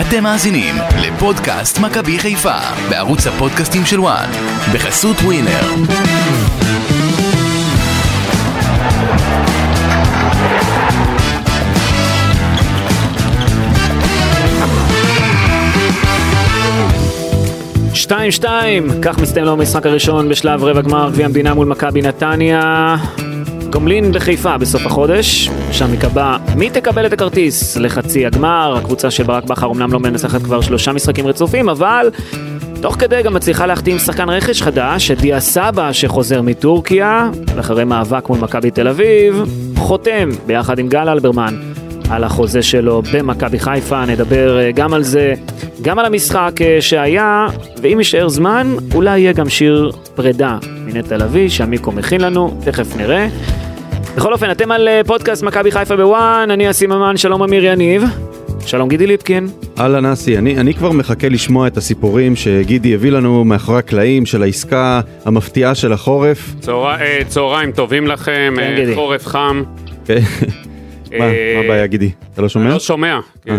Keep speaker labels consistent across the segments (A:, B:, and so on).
A: אתם מאזינים לפודקאסט מכבי חיפה בערוץ הפודקאסטים של וואן בחסות ווינר.
B: שתיים שתיים, כך מסתיים לו המשחק הראשון בשלב רבע גמר גביע המדינה מול מכבי נתניה. גומלין בחיפה בסוף החודש, שם ייקבע מי תקבל את הכרטיס לחצי הגמר, הקבוצה של ברק בכר אמנם לא מנצחת כבר שלושה משחקים רצופים, אבל תוך כדי גם מצליחה להחתים שחקן רכש חדש, את דיה סבא שחוזר מטורקיה, ואחרי מאבק מול מכבי תל אביב, חותם ביחד עם גל אלברמן על החוזה שלו במכבי חיפה, נדבר אה, גם על זה, גם על המשחק אה, שהיה, ואם יישאר זמן, אולי יהיה גם שיר פרידה מנטע לביא, שעמיקו מכין לנו, תכף נראה. בכל אופן, אתם על אה, פודקאסט מכבי חיפה בוואן, אני אסי ממן, שלום אמיר יניב, שלום גידי ליפקין.
C: אהלן אסי, אני, אני כבר מחכה לשמוע את הסיפורים שגידי הביא לנו מאחורי הקלעים של העסקה המפתיעה של החורף.
D: צהר... אה, צהריים טובים לכם,
B: כן,
D: אה,
B: גידי.
D: חורף חם.
C: כן. מה, מה
D: אה,
C: הבעיה גידי? אתה לא שומע?
D: לא שומע. כן.
C: אה,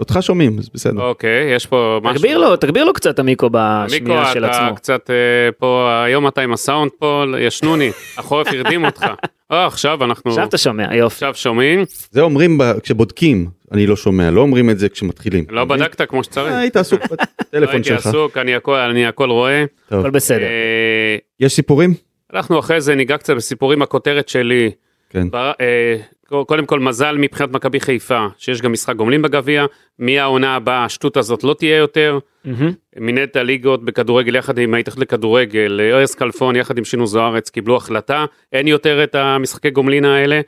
C: אותך שומעים, אז בסדר.
D: אוקיי, יש פה משהו.
B: תגביר לו, תגביר לו קצת המיקרו
D: מיקו,
B: בשמיעה של
D: אתה
B: עצמו.
D: קצת אה, פה, היום אתה עם הסאונד פה, ישנוני, החורף הרדים אותך. אה, עכשיו אנחנו,
B: עכשיו אתה שומע, יופי.
D: עכשיו שומעים,
C: זה אומרים ב- כשבודקים, אני לא שומע, לא אומרים את זה כשמתחילים.
D: לא בדקת כמו שצריך.
C: אה, היית עסוק
D: לא
C: בטלפון
D: הייתי
C: שלך.
D: עסוק, אני הכל- אני הכל רואה.
C: טוב.
B: הכל בסדר.
D: אה,
C: יש סיפורים?
D: אנחנו אחרי זה ניגע קצת בסיפורים, הכותרת שלי.
C: כן.
D: בר- אה, קודם כל מזל מבחינת מכבי חיפה, שיש גם משחק גומלין בגביע, מהעונה הבאה השטות הזאת לא תהיה יותר.
B: מהמם.
D: מינהלת הליגות בכדורגל יחד עם ההתאחדות לכדורגל, ארז כלפון יחד עם שינו זוארץ קיבלו החלטה, אין יותר את המשחקי גומלין האלה.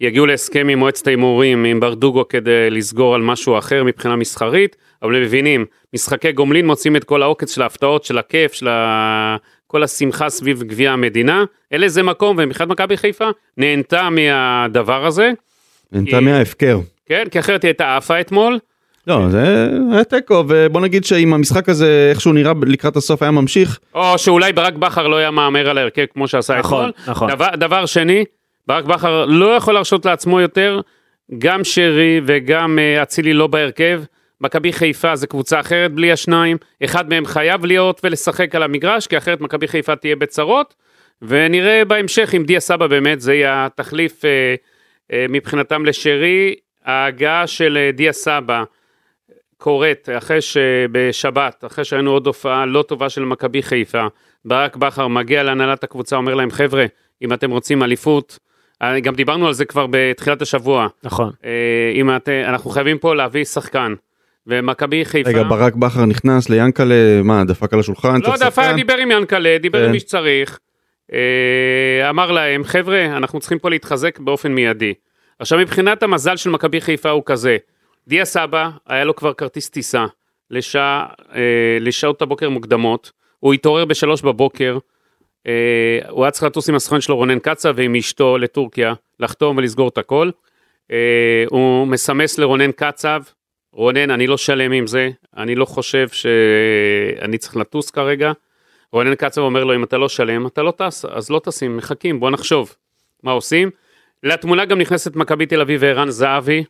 D: יגיעו להסכם עם מועצת ההימורים, עם ברדוגו כדי לסגור על משהו אחר מבחינה מסחרית, אבל הם מבינים, משחקי גומלין מוצאים את כל העוקץ של ההפתעות, של הכיף, של ה... כל השמחה סביב גביע המדינה, אין לזה מקום, ומבחינת מכבי חיפה נהנתה מהדבר הזה,
C: נהנתה
D: אה,
C: מההפקר.
D: כן, כי אחרת היא הייתה עפה אתמול, אה.
C: לא, זה היה תיקו, ובוא נגיד שאם המשחק הזה איכשהו נראה ב- לקראת הסוף היה ממשיך,
D: או שאולי ברק בכר לא היה מהמר על ההרכב כמו שעשה
B: נכון,
D: אתמול.
B: נכון.
D: דבר, דבר שני, ברק בכר לא יכול להרשות לעצמו יותר, גם שרי וגם אה, אצילי לא בהרכב. מכבי חיפה זה קבוצה אחרת בלי השניים, אחד מהם חייב להיות ולשחק על המגרש, כי אחרת מכבי חיפה תהיה בצרות, ונראה בהמשך אם דיה סבא באמת זה יהיה התחליף אה, אה, מבחינתם לשרי. ההגעה של אה, דיה סבא קורית אחרי שבשבת, אחרי שראינו עוד הופעה לא טובה של מכבי חיפה, ברק בכר מגיע להנהלת הקבוצה, אומר להם, חבר'ה, אם אתם רוצים אליפות, אה, גם דיברנו על זה כבר בתחילת השבוע,
B: נכון.
D: אה, אם את, אנחנו חייבים פה להביא שחקן, ומכבי חיפה,
C: רגע, ברק בכר נכנס ליאנקלה, מה, דפק על השולחן?
D: לא
C: צריך
D: יודע,
C: שחקן?
D: פאי דיבר עם ינקלה, דיבר
C: כן.
D: עם מי שצריך, אה, אמר להם, חבר'ה, אנחנו צריכים פה להתחזק באופן מיידי. עכשיו, מבחינת המזל של מכבי חיפה הוא כזה, דיה סבא, היה לו כבר כרטיס טיסה לשעה, אה, לשעות הבוקר מוקדמות, הוא התעורר בשלוש בבוקר, אה, הוא היה צריך לטוס עם הסוכן שלו רונן קצה ועם אשתו לטורקיה, לחתום ולסגור את הכל. אה, הוא מסמס לרונן קצב, רונן, אני לא שלם עם זה, אני לא חושב שאני צריך לטוס כרגע. רונן קצב אומר לו, אם אתה לא שלם, אתה לא טס, אז לא טסים, מחכים, בוא נחשוב מה עושים. לתמונה גם נכנסת מכבי תל אביב וערן זהבי,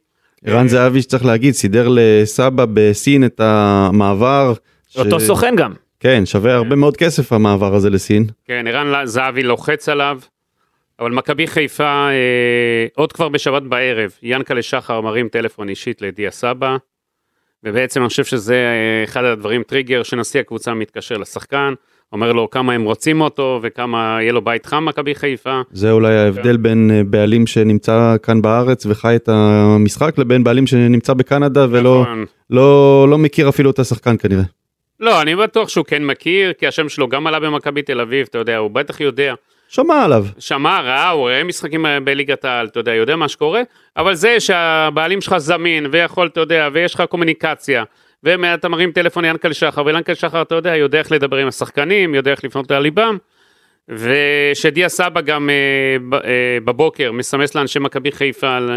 D: אה,
C: ערן זהבי שצריך להגיד סידר לסבא בסין את המעבר. ש-
B: אותו סוכן גם.
C: כן שווה הרבה מאוד כסף המעבר הזה לסין.
D: כן, ערן זהבי לוחץ עליו, אבל מכבי חיפה, אה, עוד כבר בשבת בערב, ינקלה שחר מרים טלפון אישית לדיה סבא, ובעצם אני חושב שזה אה, אחד הדברים, טריגר, שנשיא הקבוצה מתקשר לשחקן, אומר לו כמה הם רוצים אותו וכמה יהיה לו בית חם מכבי חיפה.
C: זה
D: כן.
C: אולי ההבדל בין אה, בעלים שנמצא כאן בארץ וחי את המשחק לבין בעלים שנמצא בקנדה ולא
D: נכון.
C: לא לא מכיר אפילו את השחקן כנראה.
D: לא, אני בטוח שהוא כן מכיר, כי השם שלו גם עלה במכבי תל אביב, אתה יודע, הוא בטח יודע.
C: שמע עליו.
D: שמע, ראה, הוא רואה משחקים אה, בליגת העל, אתה יודע, יודע מה שקורה, אבל זה שהבעלים שלך זמין, ויכול, אתה יודע, ויש לך קומוניקציה, ואתה מרים טלפון ליענקל שחר, וליענקל שחר, אתה יודע, יודע איך לדבר עם השחקנים, יודע איך לפנות לליבם, ושדיה סבא גם אה, ב- אה, בבוקר מסמס לאנשי מכבי חיפה על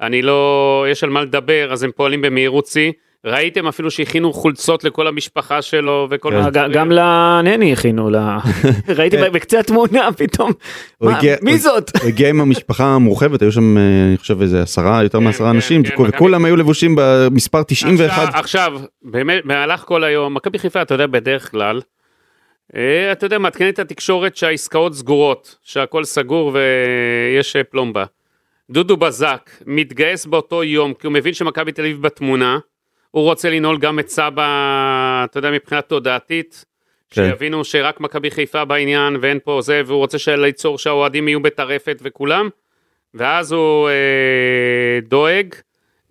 D: אני לא, יש על מה לדבר, אז הם פועלים במהירות שיא, ראיתם אפילו שהכינו חולצות לכל המשפחה שלו וכל
C: כן.
D: מיני
B: אה, ג- גם לנני הכינו, ל- ראיתי
C: כן.
B: בקצה התמונה פתאום,
C: הוא
B: מה,
C: הגיע-
B: מי
C: הוא-
B: זאת?
C: הוא הגיע עם המשפחה המורחבת, היו שם, אה, אני חושב, איזה עשרה, יותר
D: כן,
C: מעשרה
D: כן,
C: אנשים,
D: כן,
C: וכו-
D: מכבי.
C: וכולם היו לבושים במספר
D: עכשיו,
C: 91.
D: עכשיו, באמת, במהלך כל היום, מכבי חיפה, אתה יודע, בדרך כלל, אה, אתה יודע, מעדכנת את התקשורת שהעסקאות סגורות, שהכל סגור ויש אה, פלומבה. דודו בזק מתגייס באותו יום, כי הוא מבין שמכבי תל אביב בתמונה, הוא רוצה לנעול גם את סבא, אתה יודע, מבחינה תודעתית,
C: כן.
D: שיבינו שרק מכבי חיפה בעניין ואין פה זה, והוא רוצה של- ליצור שהאוהדים יהיו בטרפת וכולם, ואז הוא אה, דואג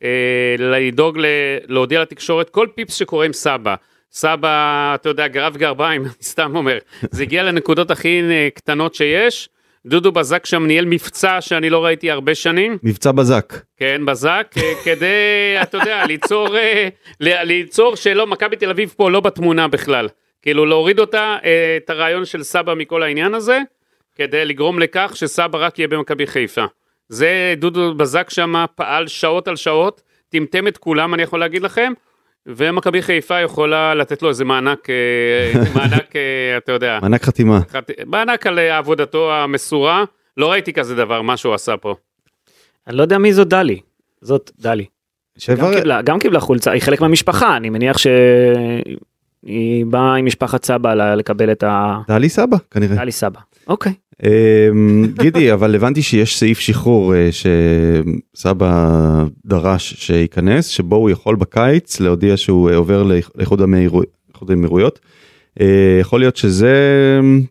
D: אה, לדאוג ל, להודיע לתקשורת כל פיפס שקורה עם סבא. סבא, אתה יודע, גרב גרביים, אני סתם אומר. זה הגיע לנקודות הכי אה, קטנות שיש. דודו בזק שם ניהל מבצע שאני לא ראיתי הרבה שנים,
C: מבצע בזק.
D: כן, בזק, אה, כדי, אתה יודע, ליצור, אה, ל- ליצור שלא, מכבי תל אביב פה לא בתמונה בכלל. כאילו להוריד אותה, אה, את הרעיון של סבא מכל העניין הזה, כדי לגרום לכך שסבא רק יהיה במכבי חיפה. זה דודו בזק שם פעל שעות על שעות, טמטם את כולם, אני יכול להגיד לכם, ומכבי חיפה יכולה לתת לו איזה מענק, אה, מענק, אה, אתה יודע,
C: מענק חתימה.
D: חת- מענק על אה, עבודתו המסורה. לא ראיתי כזה דבר, מה שהוא עשה פה.
B: אני לא יודע מי זאת דלי, זאת דלי. גם
C: שבר-
B: קיבלה- גם קיבלה חולצה, היא חלק מהמשפחה, אני מניח שהיא באה עם משפחת סבא ל- לקבל את ה...
C: טלי סבא כנראה.
B: היה לי סבא. אוקיי.
C: אמ, גידי, אבל הבנתי שיש סעיף שחרור אה, שסבא דרש שייכנס, שבו הוא יכול בקיץ להודיע שהוא אה, עובר לאיח- לאיחוד המאירו- איחוד האמירויות. אה, יכול להיות שזה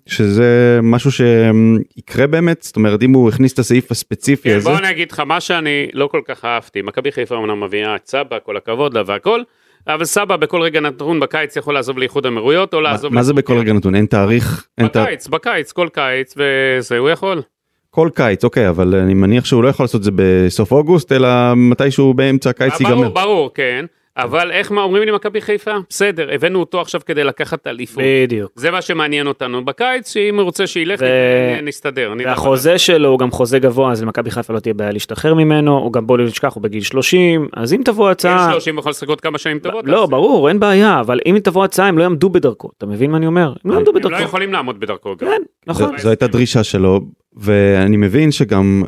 C: שזה משהו שיקרה באמת, זאת אומרת אם הוא הכניס את הסעיף הספציפי
D: כן,
C: הזה,
D: בוא אני אגיד לך, מה שאני לא כל כך אהבתי, מכבי חיפה אמנם מביאה את סבא, כל הכבוד לה והכל, אבל סבא בכל רגע נתון בקיץ יכול לעזוב לאיחוד אמירויות, או
C: מה-
D: לעזוב...
C: מה זה בכל
D: לטורקיה.
C: רגע נתון, אין תאריך, אין תאריך,
D: כן. בקיץ, בקיץ, כל קיץ, וזה, הוא יכול.
C: כל קיץ, אוקיי, אבל אני מניח שהוא לא יכול לעשות את זה בסוף אוגוסט, אלא מתישהו באמצע הקיץ
D: אה, ברור,
C: ייגמר.
D: ברור, כן, אבל איך מה אומרים לי מכבי חיפה? בסדר, הבאנו אותו עכשיו כדי לקחת אליפות.
B: בדיוק.
D: זה מה שמעניין אותנו בקיץ, שאם הוא רוצה שילך,
B: ו-
D: נ- נסתדר. נדבר.
B: והחוזה שלו הוא גם חוזה גבוה, אז למכבי חיפה לא תהיה בעיה להשתחרר ממנו, הוא גם בוא לא נשכח, הוא בגיל 30, אז אם תבוא
D: גיל
B: הצעה...
D: 30 יכול לשחק עוד כמה שנים טובות.
B: לא,
D: אז
B: ברור, אין בעיה, אבל אם תבוא הצעה, הם לא יעמדו בדרכו, אתה מבין מה אני אומר? הם לא יעמדו
D: הם לא
B: בדרכו.
D: יכולים לעמוד בדרכו גם.
B: כן, נכון.
C: זו- זו הייתה דרישה שלו, ואני מבין שגם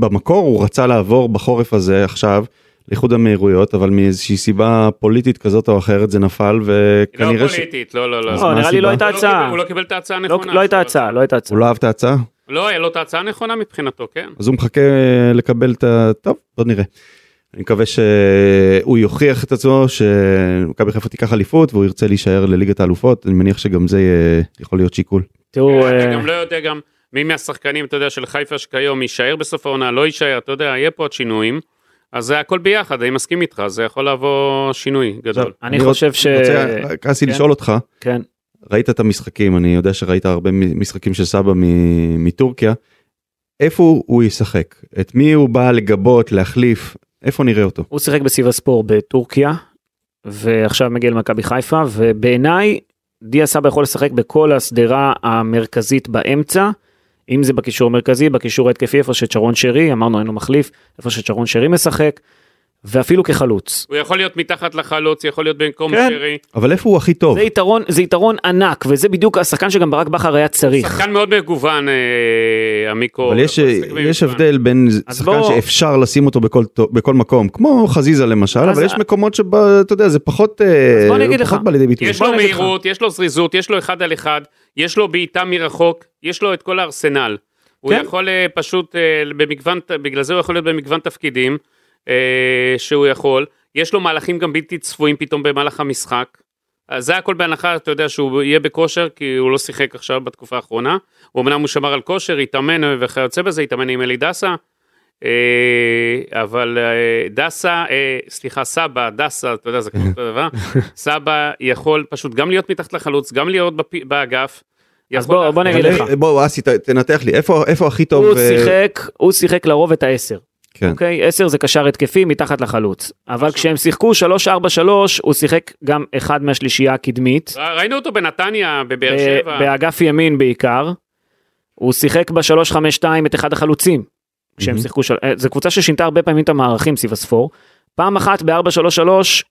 C: במקור הוא רצה לעבור בחורף הזה עכשיו לאיחוד המהירויות, אבל מאיזושהי סיבה פוליטית כזאת או אחרת זה נפל,
D: היא לא
C: וכנראה שהוא
D: פוליטית, לא, לא, לא.
C: אז
B: לא,
C: מה
B: נראה לי
C: הסיבה?
B: לא הייתה
D: הוא לא קיבל-
B: הצעה.
D: הוא לא קיבל את ההצעה
B: לא-
D: הנכונה.
B: לא הייתה הצעה, לא הייתה הצעה.
C: לא אהב את ההצעה,
D: לא, היה לו את ההצעה הנכונה מבחינתו, כן.
C: אז הוא מחכה לקבל את ה... טוב, בוא נראה. אני מקווה שהוא יוכיח את עצמו שמכבי חיפה תיקח אליפות והוא ירצה להישאר לליגת האלופות, אני מניח שגם זה אה, יכול להיות שיקול.
B: תראו,
D: אתה
B: אה,
D: גם לא יודע גם מי מהשחקנים, אתה יודע, של חיפה שכיום יישאר בסוף העונה, לא יישאר, אתה יודע, יהיה פה עוד שינויים. אז זה הכל ביחד, אני מסכים איתך, זה יכול לבוא שינוי גדול.
B: אני חושב ש...
C: רוצה, קאסי,
B: כן.
C: לשאול אותך,
B: כן.
C: ראית את המשחקים, אני יודע שראית הרבה מ- משחקים של סבא מ- מטורקיה. איפה הוא- הוא ישחק? את מי הוא בא לגבות, להחליף? איפה נראה אותו?
B: הוא שיחק בסיב הספור בטורקיה, ועכשיו מגיע למכבי חיפה, ובעיניי דיה סבא יכול לשחק בכל השדרה המרכזית באמצע, אם זה בקישור המרכזי, בקישור ההתקפי, איפה שצ'רון שרי, אמרנו אין לו מחליף, איפה שצ'רון שרי משחק, ואפילו כחלוץ.
D: הוא יכול להיות מתחת לחלוץ, יכול להיות במקום
B: כן.
D: שרי.
C: אבל איפה הוא הכי טוב?
B: זה יתרון, זה יתרון ענק, וזה בדיוק השחקן שגם ברק בכר היה צריך.
D: שחקן מאוד מגוון, אה, עמיקו.
C: אבל יש,
D: הוא משחק
C: יש
D: במגוון.
C: הבדל בין
B: אז
C: שחקן
B: בוא-
C: שאפשר לשים אותו בכל, טו- בכל מקום, כמו חזיזה למשל,
B: אז-
C: אבל יש מקומות שבה, אתה יודע, זה פחות, אה,
B: בוא אני אגיד
C: הוא פחות
B: לך.
C: בא לידי ביטוי.
D: יש
B: בוא
D: לו
B: אני אגיד לך.
D: מהירות, יש לו זריזות, יש לו אחד על אחד, יש לו בעיטה מרחוק, יש לו את כל הארסנל. הוא
B: כן.
D: יכול אה, פשוט, אה, במגוון, ת- בגלל זה הוא יכול להיות במגוון תפקידים אה, שהוא יכול. יש לו מהלכים גם בלתי צפויים פתאום במהלך המשחק. אז זה הכל בהנחה, אתה יודע, שהוא יהיה בכושר, כי הוא לא שיחק עכשיו בתקופה האחרונה. הוא אמנם הוא שמר על כושר, התאמן אה, וכיוצא בזה, התאמן עם אלי דסה. אה, אבל אה, דסה, אה, סליחה, סבא, דסה, אתה יודע, זה כמו אותו דבר, סבא יכול פשוט גם להיות מתחת לחלוץ, גם להיות בפי- באגף.
B: אז
D: יכול
B: בוא-
D: לה-
B: בוא אני אגיד
C: אבל
B: לך.
C: אה, בוא, אסי, ת- תנתח לי, איפה, איפה הכי טוב?
B: הוא
C: אה,
B: שיחק, הוא שיחק לרוב את העשר.
C: כן.
B: אוקיי? 10 זה קשר התקפי מתחת לחלוץ. אבל כשהם שיחקו 3-4-3, הוא שיחק גם אחד מהשלישייה הקדמית.
D: ר- אה, ראינו אותו בנתניה, בבאר
B: ב-
D: שבע.
B: באגף ימין בעיקר. הוא שיחק ב-3-5-2 את אחד החלוצים. כשהם
C: מהמם.
B: שיחקו, של- אה, זו קבוצה ששינתה הרבה פעמים את המערכים סביב הספור. פעם אחת ב-4-3-3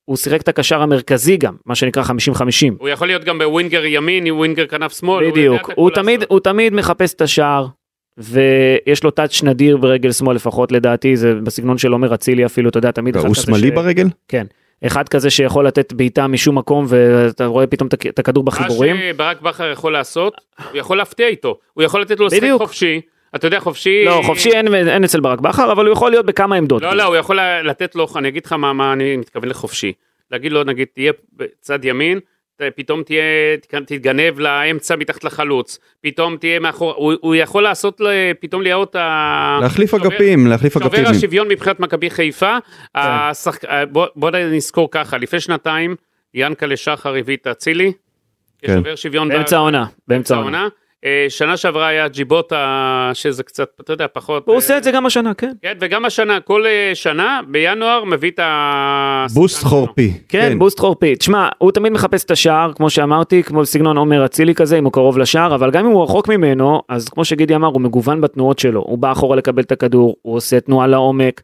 B: הוא שיחק את הקשר המרכזי גם, מה שנקרא 50-50.
D: הוא יכול להיות גם בווינגר ימין, ווינגר כנף שמאל. יודע
B: בדיוק,
D: את הכל
B: הוא תמיד,
D: לעשות.
B: הוא תמיד מחפש את השער, ויש לו טאץ' נדיר ברגל שמאל לפחות לדעתי, זה בסגנון של עומר אצילי אפילו, אתה יודע, תמיד אחד
C: הוא
B: כזה
C: שמאלי
B: ש-
C: ברגל?
B: אחד כזה שיכול לתת בעיטה משום מקום, ואתה רואה פתאום את הכ- את הכדור בחיבורים.
D: מה שברק בכר יכול לעשות, הוא יכול להפתיע איתו. הוא יכול לתת לו לשחק
B: בדיוק.
D: חופשי. אתה יודע, חופשי...
B: לא, חופשי אין, אין אצל ברק בכר, אבל הוא יכול להיות בכמה עמדות.
D: לא, לא, הוא יכול לתת לו, אני אגיד לך מה, מה אני מתכוון לחופשי. להגיד לו, נגיד, תהיה בצד ימין, ת- פתאום תהיה, תת- תתגנב לאמצע מתחת לחלוץ, פתאום תהיה מאחור, הוא, הוא יכול לעשות ל- פתאום להיות
B: אה,
D: ה...
C: להחליף
D: שובר-
C: אגפים, להחליף
D: שובר
C: אגפים.
D: השוויון מבחינת מכבי חיפה,
B: כן.
D: השחק... אה, בוא, בוא נזכור ככה, לפני שנתיים, ינקלה שחר הביא את אצילי,
C: כן.
D: כשובר שוויון
B: באמצע העונה, באמצע
D: באמצע
B: העונה.
D: העונה. אה, שנה שעברה היה ג'יבוטה, שזה קצת, אתה יודע, פחות...
B: הוא
D: אה,
B: עושה את זה גם השנה, כן.
D: כן, וגם השנה, כל אה, שנה, בינואר מביא את ה...
C: בוסט חורפי.
B: כן, בוסט חורפי. תשמע, הוא תמיד מחפש את השער, כמו שאמרתי, כמו בסגנון עומר אצילי כזה, אם הוא קרוב לשער, אבל גם אם הוא רחוק ממנו, אז כמו שגידי אמר, הוא מגוון בתנועות שלו. הוא בא אחורה לקבל את הכדור, הוא עושה תנועה לעומק,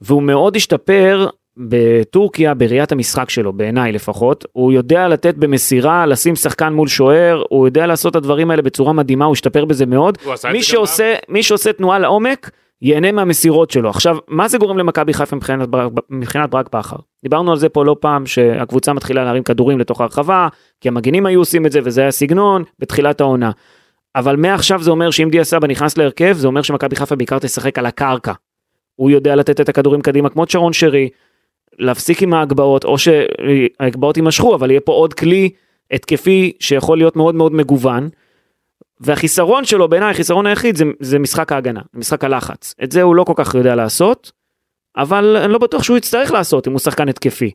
B: והוא מאוד השתפר בטורקיה בראיית המשחק שלו, בעיניי לפחות. הוא יודע לתת במסירה, לשים שחקן מול שוער, הוא יודע לעשות את הדברים האלה בצורה מדהימה, הוא השתפר בזה מאוד.
D: הוא עשה את
B: מי
D: זה גם
B: שעושה, מי שעושה תנועה לעומק, ייהנה מהמסירות שלו. עכשיו, מה זה גורם למכבי חיפה מבחינת, ברק- מבחינת ברק בכר? דיברנו על זה פה לא פעם, שהקבוצה מתחילה להרים כדורים לתוך הרחבה, כי המגנים היו עושים את זה, וזה היה סגנון, בתחילת העונה. אבל מעכשיו זה אומר שאם דיה סבא נכנס להרכב, זה אומר שמכבי חיפה בעיקר תשחק על הקרקע. הוא יודע לתת את הכדורים קדימה כמו שרון שרי, להפסיק עם ההגבהות, או שההגבהות יימשכו, אבל יהיה פה עוד כלי התקפי שיכול להיות מאוד מאוד מגוון. והחיסרון שלו בעיניי, החיסרון היחיד זה, זה משחק ההגנה, משחק הלחץ. את זה הוא לא כל כך יודע לעשות, אבל אני לא בטוח שהוא יצטרך לעשות אם הוא שחקן התקפי.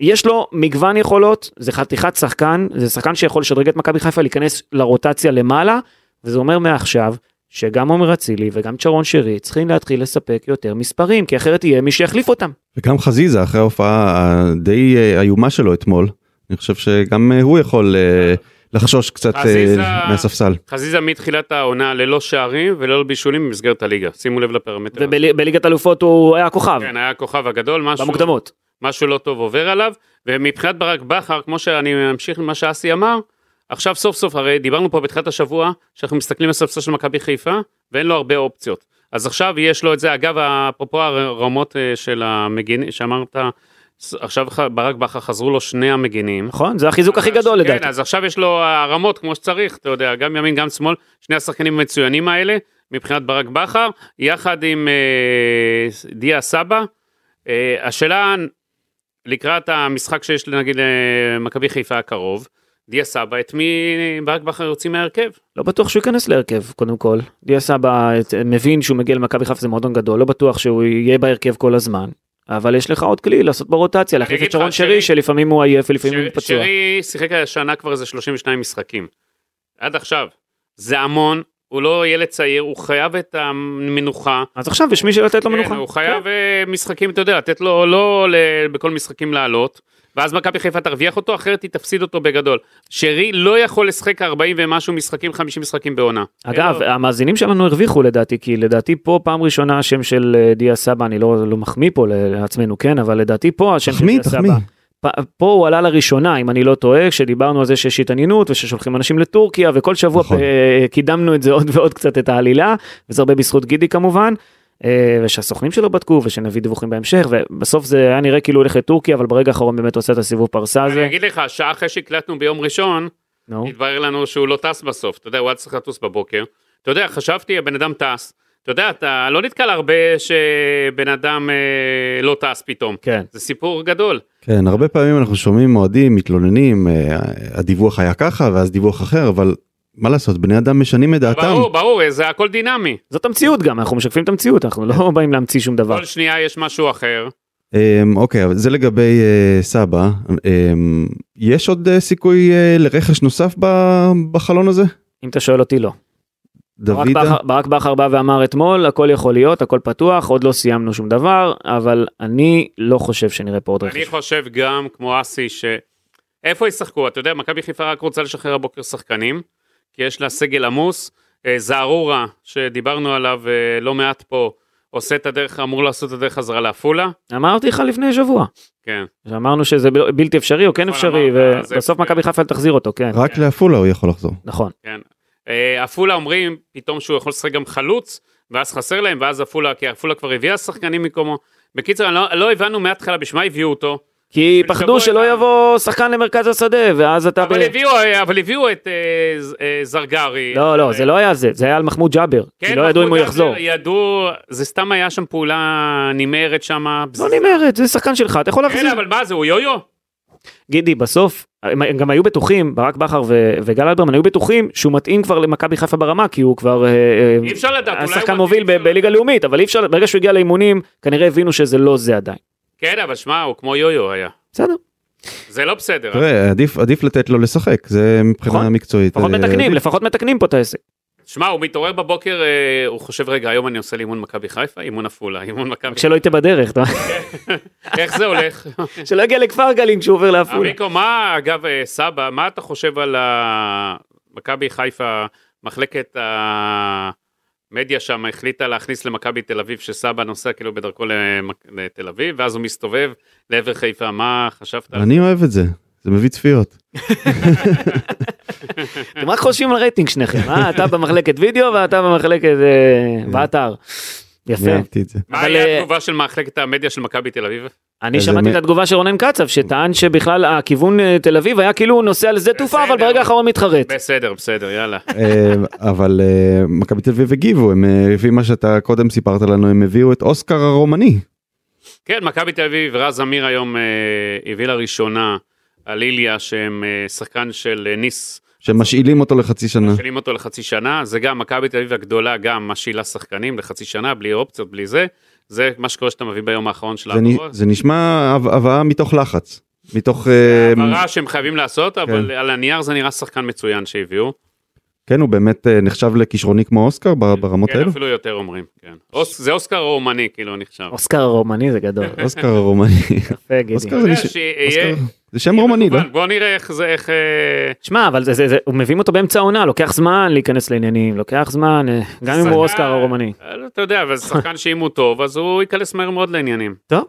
B: יש לו מגוון יכולות, זה חתיכת שחקן, זה שחקן שיכול לשדרג את מכבי חיפה להיכנס לרוטציה למעלה, וזה אומר מעכשיו שגם עומר אצילי וגם צ'רון שרי צריכים להתחיל לספק יותר מספרים, כי אחרת יהיה מי שיחליף אותם.
C: וגם חזיזה אחרי ההופעה הדי אה, איומה שלו אתמול, אני חושב שגם אה, הוא יכול אה, לחשוש קצת אה,
D: חזיזה-
C: מהספסל.
D: חזיזה מתחילת העונה ללא שערים וללא בישולים במסגרת הליגה. שימו לב לפרמטר. הזה.
B: ובליגת אלופות הוא היה הכוכב,
D: כן, היה הכוכב הגדול, משהו,
B: במוקדמות.
D: משהו לא טוב עובר עליו. ומבחינת ברק בכר, כמו שאני ממשיך למה שאסי אמר, עכשיו סוף סוף, הרי דיברנו פה בתחילת השבוע, שאנחנו מסתכלים על ספסל של מכבי חיפה, ואין לו הרבה אופציות. אז עכשיו יש לו את זה, אגב, אפרופו הרמות אה, של המגינים, שאמרת, ס- עכשיו ח- ברק בכר חזרו לו שני המגינים.
B: נכון? זה החיזוק הכי גדול
D: כן,
B: לדעתי.
D: אז עכשיו יש לו הרמות כמו שצריך, אתה יודע, גם ימין, גם שמאל, שני השחקנים המצוינים האלה, מבחינת ברק בכר, יחד עם אה, דיה סבא. אה, השאלה, לקראת המשחק שיש נגיד למכבי חיפה הקרוב, דיה סבא, את מי ברק בכר יוציא מההרכב?
B: לא בטוח שהוא ייכנס להרכב קודם כל. דיה סבא את- מבין שהוא מגיע למכבי חיפה זה מועדון גדול, לא בטוח שהוא יהיה בהרכב כל הזמן. אבל יש לך עוד כלי לעשות ברוטציה, להחליף
D: אגיד
B: את
D: לך,
B: שרון
D: שרי-
B: שרי שלפעמים הוא עייף ולפעמים הוא
D: שר-
B: פצוע.
D: שרי שיחק השנה כבר איזה 32 משחקים. עד עכשיו. זה המון, הוא לא ילד צעיר, הוא חייב את המנוחה.
B: אז עכשיו יש מי שלתת לו לא מנוחה.
D: כן, הוא חייב אה, משחקים, אתה יודע, לתת לו, לא ל- בכל משחקים לעלות. ואז מכבי חיפה תרוויח אותו, אחרת היא תפסיד אותו בגדול. שרי לא יכול לשחק 40 ומשהו משחקים, 50 משחקים בעונה.
B: כן. אגב,
D: אין
B: המאזינים שלנו הרוויחו לדעתי, כי לדעתי פה פעם ראשונה השם של אה, דיה סבא, אני לא לא מחמיא פה לעצמנו, כן, אבל לדעתי פה השם של
C: תחמיא,
B: דיה סבא.
C: תחמיא.
B: פ- פה הוא עלה לראשונה, אם אני לא טועה, כשדיברנו על זה שיש התעניינות וששולחים אנשים לטורקיה, וכל שבוע
C: נכון.
B: אה, קידמנו את זה עוד ועוד קצת, את העלילה, וזה הרבה בזכות גידי כמובן, אה, ושהסוכנים שלו בדקו, ושנביא דיווחים בהמשך, ובסוף זה היה נראה כאילו הוא הולך לטורקיה, אבל ברגע האחרון באמת הוא עושה את הסיבוב פרסה
D: לו- אני
B: הזה.
D: אגיד לך, שעה אחרי שהקלטנו ביום ראשון,
B: נו.
D: התברר לנו שהוא לא טס בסוף. אתה יודע, הוא היה צריך לטוס בבוקר. אתה יודע, חשבתי, הבן אדם טס. אתה יודע, אתה לא נתקל הרבה שבן אדם אה, לא טס פתאום.
B: כן.
D: זה סיפור גדול.
C: כן, הרבה פעמים אנחנו שומעים אוהדים, מתלוננים, אה, הדיווח היה ככה ואז דיווח אחר, אבל מה לעשות, בני אדם משנים את דעתם.
D: ברור, ברור, זה הכל דינמי.
B: זאת המציאות גם, אנחנו משקפים את המציאות, אנחנו לא באים להמציא שום דבר.
D: כן. כל שנייה יש משהו אחר.
C: אמ, אוקיי, אבל זה לגבי אה, סבא. אמ, יש עוד אה, סיכוי אה, לרכש נוסף ב- בחלון הזה?
B: אם אתה שואל אותי, לא. ברק
C: דוידה?
B: בכר- ברק בכר בא ואמר אתמול הכל יכול להיות הכל פתוח עוד לא סיימנו שום דבר אבל אני לא חושב שנראה פה עוד
D: אני
B: רכש.
D: חושב גם, כמו אסי, ש... איפה ישחקו? אתה יודע, מכבי חיפה רק רוצה לשחרר הבוקר שחקנים, כי יש לה סגל עמוס. אה, זערורה, שדיברנו עליו אה, לא מעט פה, עושה את הדרך, אמור לעשות את הדרך חזרה לעפולה.
B: אמרתי לך לפני שבוע,
D: כן.
B: שאמרנו שזה ב- בלתי אפשרי או כן
D: נכון,
B: אפשרי,
D: אמרת, זה-
B: ובסוף מכבי חיפה תחזיר אותו, כן,
C: רק לעפולה הוא יכול לחזור.
B: נכון.
D: אה, עפולה אומרים פתאום שהוא יכול לשחק גם חלוץ, ואז חסר להם, ואז עפולה, כי עפולה כבר הביאה שחקנים במקומו. בקיצר, אני לא, לא הבנו מההתחלה בשביל מה הביאו אותו,
B: כי
D: בשבוע
B: פחדו שלא
D: הבא.
B: יבוא שחקן למרכז השדה, ואז אתה...
D: אבל
B: ב-
D: הביאו, אה, אבל הביאו את אה, ז- אה, זרגרי. אה,
B: לא, לא, זה לא היה זה, זה היה על מחמוד ג'אבר, כי לא ידעו אם הוא
D: מחמוד
B: יחזור.
D: ג'אבר, כן, ידעו, זה סתם היה שם פעולה נמהרת שם.
B: לא נגמרת, זה שחקן שלך, אתה יכול
D: כן,
B: להחזיר.
D: אבל מה זה, הוא יו-יו?
B: גידי, בסוף, הם הם גם היו בטוחים, ברק בכר ו- וגל אלברמן היו בטוחים שהוא מתאים כבר למכבי חיפה ברמה, כי הוא כבר... אה, אה,
D: אי אפשר לדעת, אולי הוא
B: השחקן
D: מתאים,
B: מוביל ב-
D: אפשר
B: בליגה לאומית, אבל אי אפשר, ברגע שהוא הגיע לאימונים, כנראה הבינו שזה לא זה עדיין.
D: כן, אבל שמע, הוא כמו יו-יו היה.
B: בסדר,
D: זה לא בסדר.
C: תראה, עדיף- עדיף לתת לו לשחק, זה
B: נכון.
C: מבחינה מקצועית.
B: לפחות
C: אה,
B: מתקנים,
C: עדיף.
B: לפחות מתקנים פה את העסק.
D: שמע, הוא מתעורר בבוקר, אה, הוא חושב, רגע, היום אני עושה לי אימון מכבי חיפה, אימון עפולה, אימון מכבי...
B: שלא יצא בדרך, אתה-
D: איך זה הולך?
B: שלא יגיע לכפר גלים כשהוא עובר לעפולה.
D: עמיקו, מה, אגב, אה, סבא, מה אתה חושב על ה- מכבי חיפה, מחלקת המדיה שם החליטה להכניס למכבי תל אביב, שסבא נוסע כאילו בדרכו למק- לתל אביב, ואז הוא מסתובב לעבר חיפה, מה חשבת? על זה?
C: אני אוהב את זה, זה מביא צפיות.
B: אתם רק חושבים על רייטינג שניכם, אה? אתה במחלקת וידאו ואתה במחלקת... אה, באתר. יפה.
C: אני אהבתי את זה.
D: מה
B: אבל,
D: היה
B: אה,
D: התגובה של מחלקת המדיה של מכבי תל אביב?
B: אני
C: איזה
B: שמעתי
C: מ-
B: את התגובה של רונן קצב, שטען שבכלל הכיוון אה, תל אביב היה כאילו הוא נוסע לשדה תעופה, אבל
D: בסדר.
B: ברגע האחרון מתחרט.
D: בסדר, בסדר, יאללה.
C: אה, אבל אה, מכבי תל אביב הגיבו, הם אה, לפי מה שאתה קודם סיפרת לנו, הם הביאו את אוסקר הרומני.
D: כן, מכבי תל אביב, רז אמיר היום אה, הביא לראשונה על איליה, שהם אה, שחקן של אה, ניס,
C: שמשאילים אותו לחצי שנה.
D: משאילים אותו לחצי שנה, זה גם, מכבי תל אביב הגדולה גם משאילה שחקנים לחצי שנה, בלי אופציות, בלי זה, זה מה שקורה שאתה מביא ביום האחרון של
C: זה נ-
D: ההעברות.
C: זה נשמע הב- הבאה מתוך לחץ. מתוך... אה,
D: העברה שהם חייבים לעשות, אבל על הנייר זה נראה שחקן מצוין שהביאו.
C: כן, הוא באמת אה, נחשב לכישרוני כמו אוסקר בר- ברמות
D: כן,
C: האלו.
D: אפילו יותר אומרים, כן. אוס- זה אוסקר או אומני, כאילו, נחשב.
B: אוסקר הרומני זה גדול.
C: אוסקר הרומני.
B: יפה, גידי.
C: אוסקר זה
D: יודע
C: נש-
D: כן, שיהיה-
C: אוסקר- זה שם רומני, לא?
D: בוא נראה איך זה, איך... אה,
B: שמע, אבל זה, זה, זה, הוא מביאים אותו באמצע העונה, לוקח זמן להיכנס לעניינים, לוקח זמן, אה, גם אם
D: שחקן-
B: הוא אוסקר הרומני.
D: אה, אתה יודע, אבל זה שחקן שאם הוא טוב, אז הוא ייכנס מהר מאוד לעניינים.
B: טוב.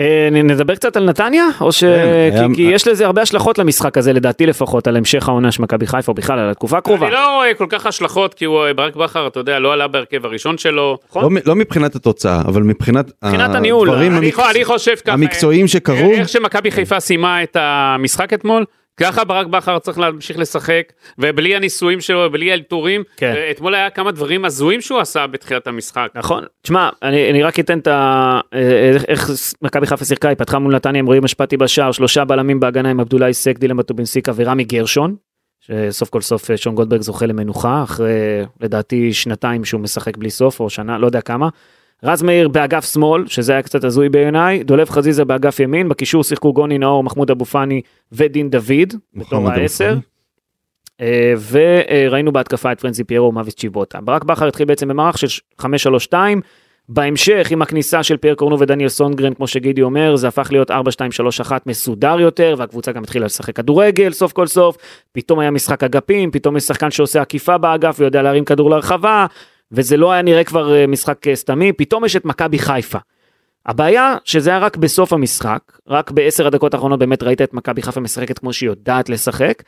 B: אה, נ- נדבר קצת על נתניה, או ש...
C: כן,
B: כי,
C: היה-
B: כי יש לזה הרבה השלכות למשחק הזה, לדעתי לפחות, על המשך העונה של מכבי חיפה, או בכלל על התקופה הקרובה.
D: אני לא רואה כל כך השלכות, כי הוא, אה, ברק בכר, אתה יודע, לא עלה בהרכב הראשון שלו.
B: נכון.
C: לא מ- לא מבחינת התוצאה, אבל מבחינת
B: מבחינת הניהול,
C: הדברים
D: אני
C: המק-
D: חו- אני חושב ככה,
C: המקצועיים שקרו.
D: אה, איך שמכבי חיפה סיימה את המשחק אתמול, ככה ברק בכר צריך להמשיך לשחק, ובלי הניסויים שלו, ובלי האלתורים.
B: כן.
D: אה, אתמול היה כמה דברים הזויים שהוא עשה בתחילת המשחק.
B: נכון. תשמע, אני, אני רק אתן את ה... אה, איך- איך מכבי חיפה שיחקה, היא פתחה מול נתניה עם רועי משפטי בשער, שלושה בלמים בהגנה עם עבדולאי סק, דילם בטובינסיקה ורמי גרשון, שסוף כל סוף אה, שון גולדברג זוכה למנוחה, אחרי לדעתי שנתיים שהוא משחק בלי סוף, או שנה, לא יודע כמה. רז מאיר באגף שמאל, שזה היה קצת הזוי בעיניי, דולב חזיזה באגף ימין, בקישור שיחקו גוני נאור, מחמוד אבו פאני ודין דוד, בתור
C: מוחמד אבו
B: העשר.
C: פאני.
B: אה, וראינו בהתקפה את פרנסי פיירו ומאביס צ'יבוטה. ברק בכר התחיל בעצם במערך של 5-3-2, בהמשך עם הכניסה של פייר קורנו ודניאל סונגרן, כמו שגידי אומר, זה הפך להיות 4-2-3-1 מסודר יותר, והקבוצה גם התחילה לשחק כדורגל סוף כל סוף, פתאום היה משחק אגפים, פתאום יש שחקן שעושה עקיפה באגף ויודע להרים כדור לרחבה, וזה לא היה נראה כבר אה, משחק אה, סתמי, פתאום יש את מכבי חיפה. הבעיה שזה היה רק בסוף המשחק, רק בעשר הדקות האחרונות באמת ראית את מכבי חיפה משחקת כמו שהיא יודעת לשחק,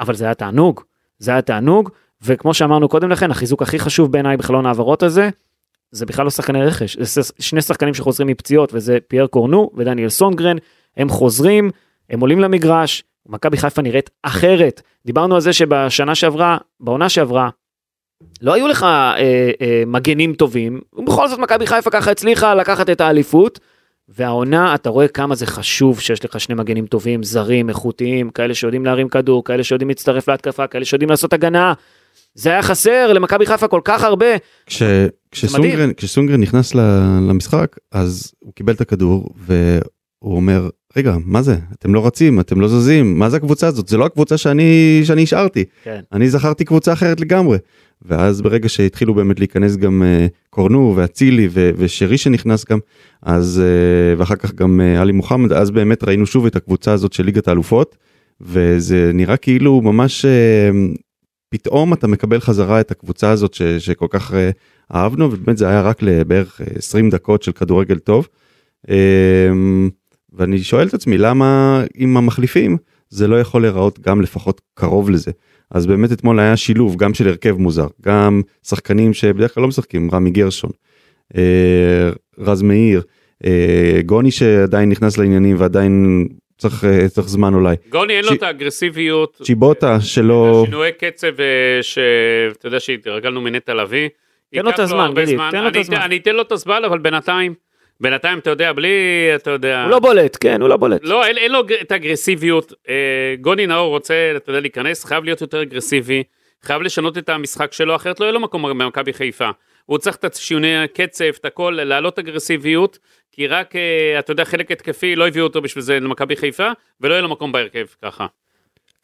B: אבל זה היה תענוג, זה היה תענוג, וכמו שאמרנו קודם לכן, החיזוק הכי חשוב בעיניי בחלון ההעברות הזה, זה בכלל לא שחקני רכש, זה ש- שני שחקנים שחוזרים מפציעות, וזה פייר קורנו ודניאל סונגרן, הם חוזרים, הם עולים למגרש, מכבי חיפה נראית אחרת. דיברנו על זה שבשנה שעברה, בעונה שעברה, לא היו לך אה, אה, מגנים טובים, ובכל זאת מכבי חיפה ככה הצליחה לקחת את האליפות, והעונה, אתה רואה כמה זה חשוב שיש לך שני מגנים טובים, זרים, איכותיים, כאלה שיודעים להרים כדור, כאלה שיודעים להצטרף להתקפה, כאלה שיודעים לעשות הגנה. זה היה חסר למכבי חיפה כל כך הרבה.
C: כש, כשסונגרן, כשסונגרן נכנס ל- למשחק אז הוא קיבל את הכדור והוא אומר רגע מה זה אתם לא רצים אתם לא זזים מה זה הקבוצה הזאת זה לא הקבוצה שאני שאני השארתי
B: כן.
C: אני זכרתי קבוצה אחרת לגמרי ואז ברגע שהתחילו באמת להיכנס גם אה, קורנו ואצילי ו- ושרי שנכנס גם אז אה, ואחר כך גם אה, עלי מוחמד אז באמת ראינו שוב את הקבוצה הזאת של ליגת האלופות וזה נראה כאילו ממש. אה, פתאום אתה מקבל חזרה את הקבוצה הזאת ש, שכל כך אה, אהבנו, ובאמת זה היה רק לבערך אה, 20 דקות של כדורגל טוב. אמ, ואני שואל את עצמי, למה עם המחליפים זה לא יכול להיראות גם לפחות קרוב לזה? אז באמת אתמול היה שילוב גם של הרכב מוזר, גם שחקנים שבדרך כלל לא משחקים, רמי גרשון, אה, רז מאיר, אה, גוני שעדיין נכנס לעניינים ועדיין צריך, אה, צריך זמן אולי,
D: גוני אין לו
C: ש-
D: את האגרסיביות.
C: צ'יבוטה
B: לא-
C: שלא...
D: שינויי קצב אה, שאתה יודע שהתרגלנו מנטע לביא.
B: תן לו את
D: ייקח
B: הזמן,
D: הרבה
B: גידי,
D: זמן.
B: תן לו את
D: אני-
B: הזמן.
D: אני אתן לו את הזמן, אבל בינתיים, בינתיים אתה יודע, בלי, אתה יודע.
B: הוא לא בולט, כן, הוא לא בולט.
D: לא, אין, אין לו ג- את האגרסיביות. אה, גוני נאור רוצה, אתה יודע, להיכנס, חייב להיות יותר אגרסיבי, חייב לשנות את המשחק שלו, אחרת לא יהיה לו מקום במכבי חיפה. הוא צריך את השינוי הקצב, את הכל, להעלות אגרסיביות, כי רק, אה, אתה יודע, חלק התקפי, לא הביאו אותו בשביל זה למכבי חיפה, ולא יהיה לו מקום בהרכב ככה.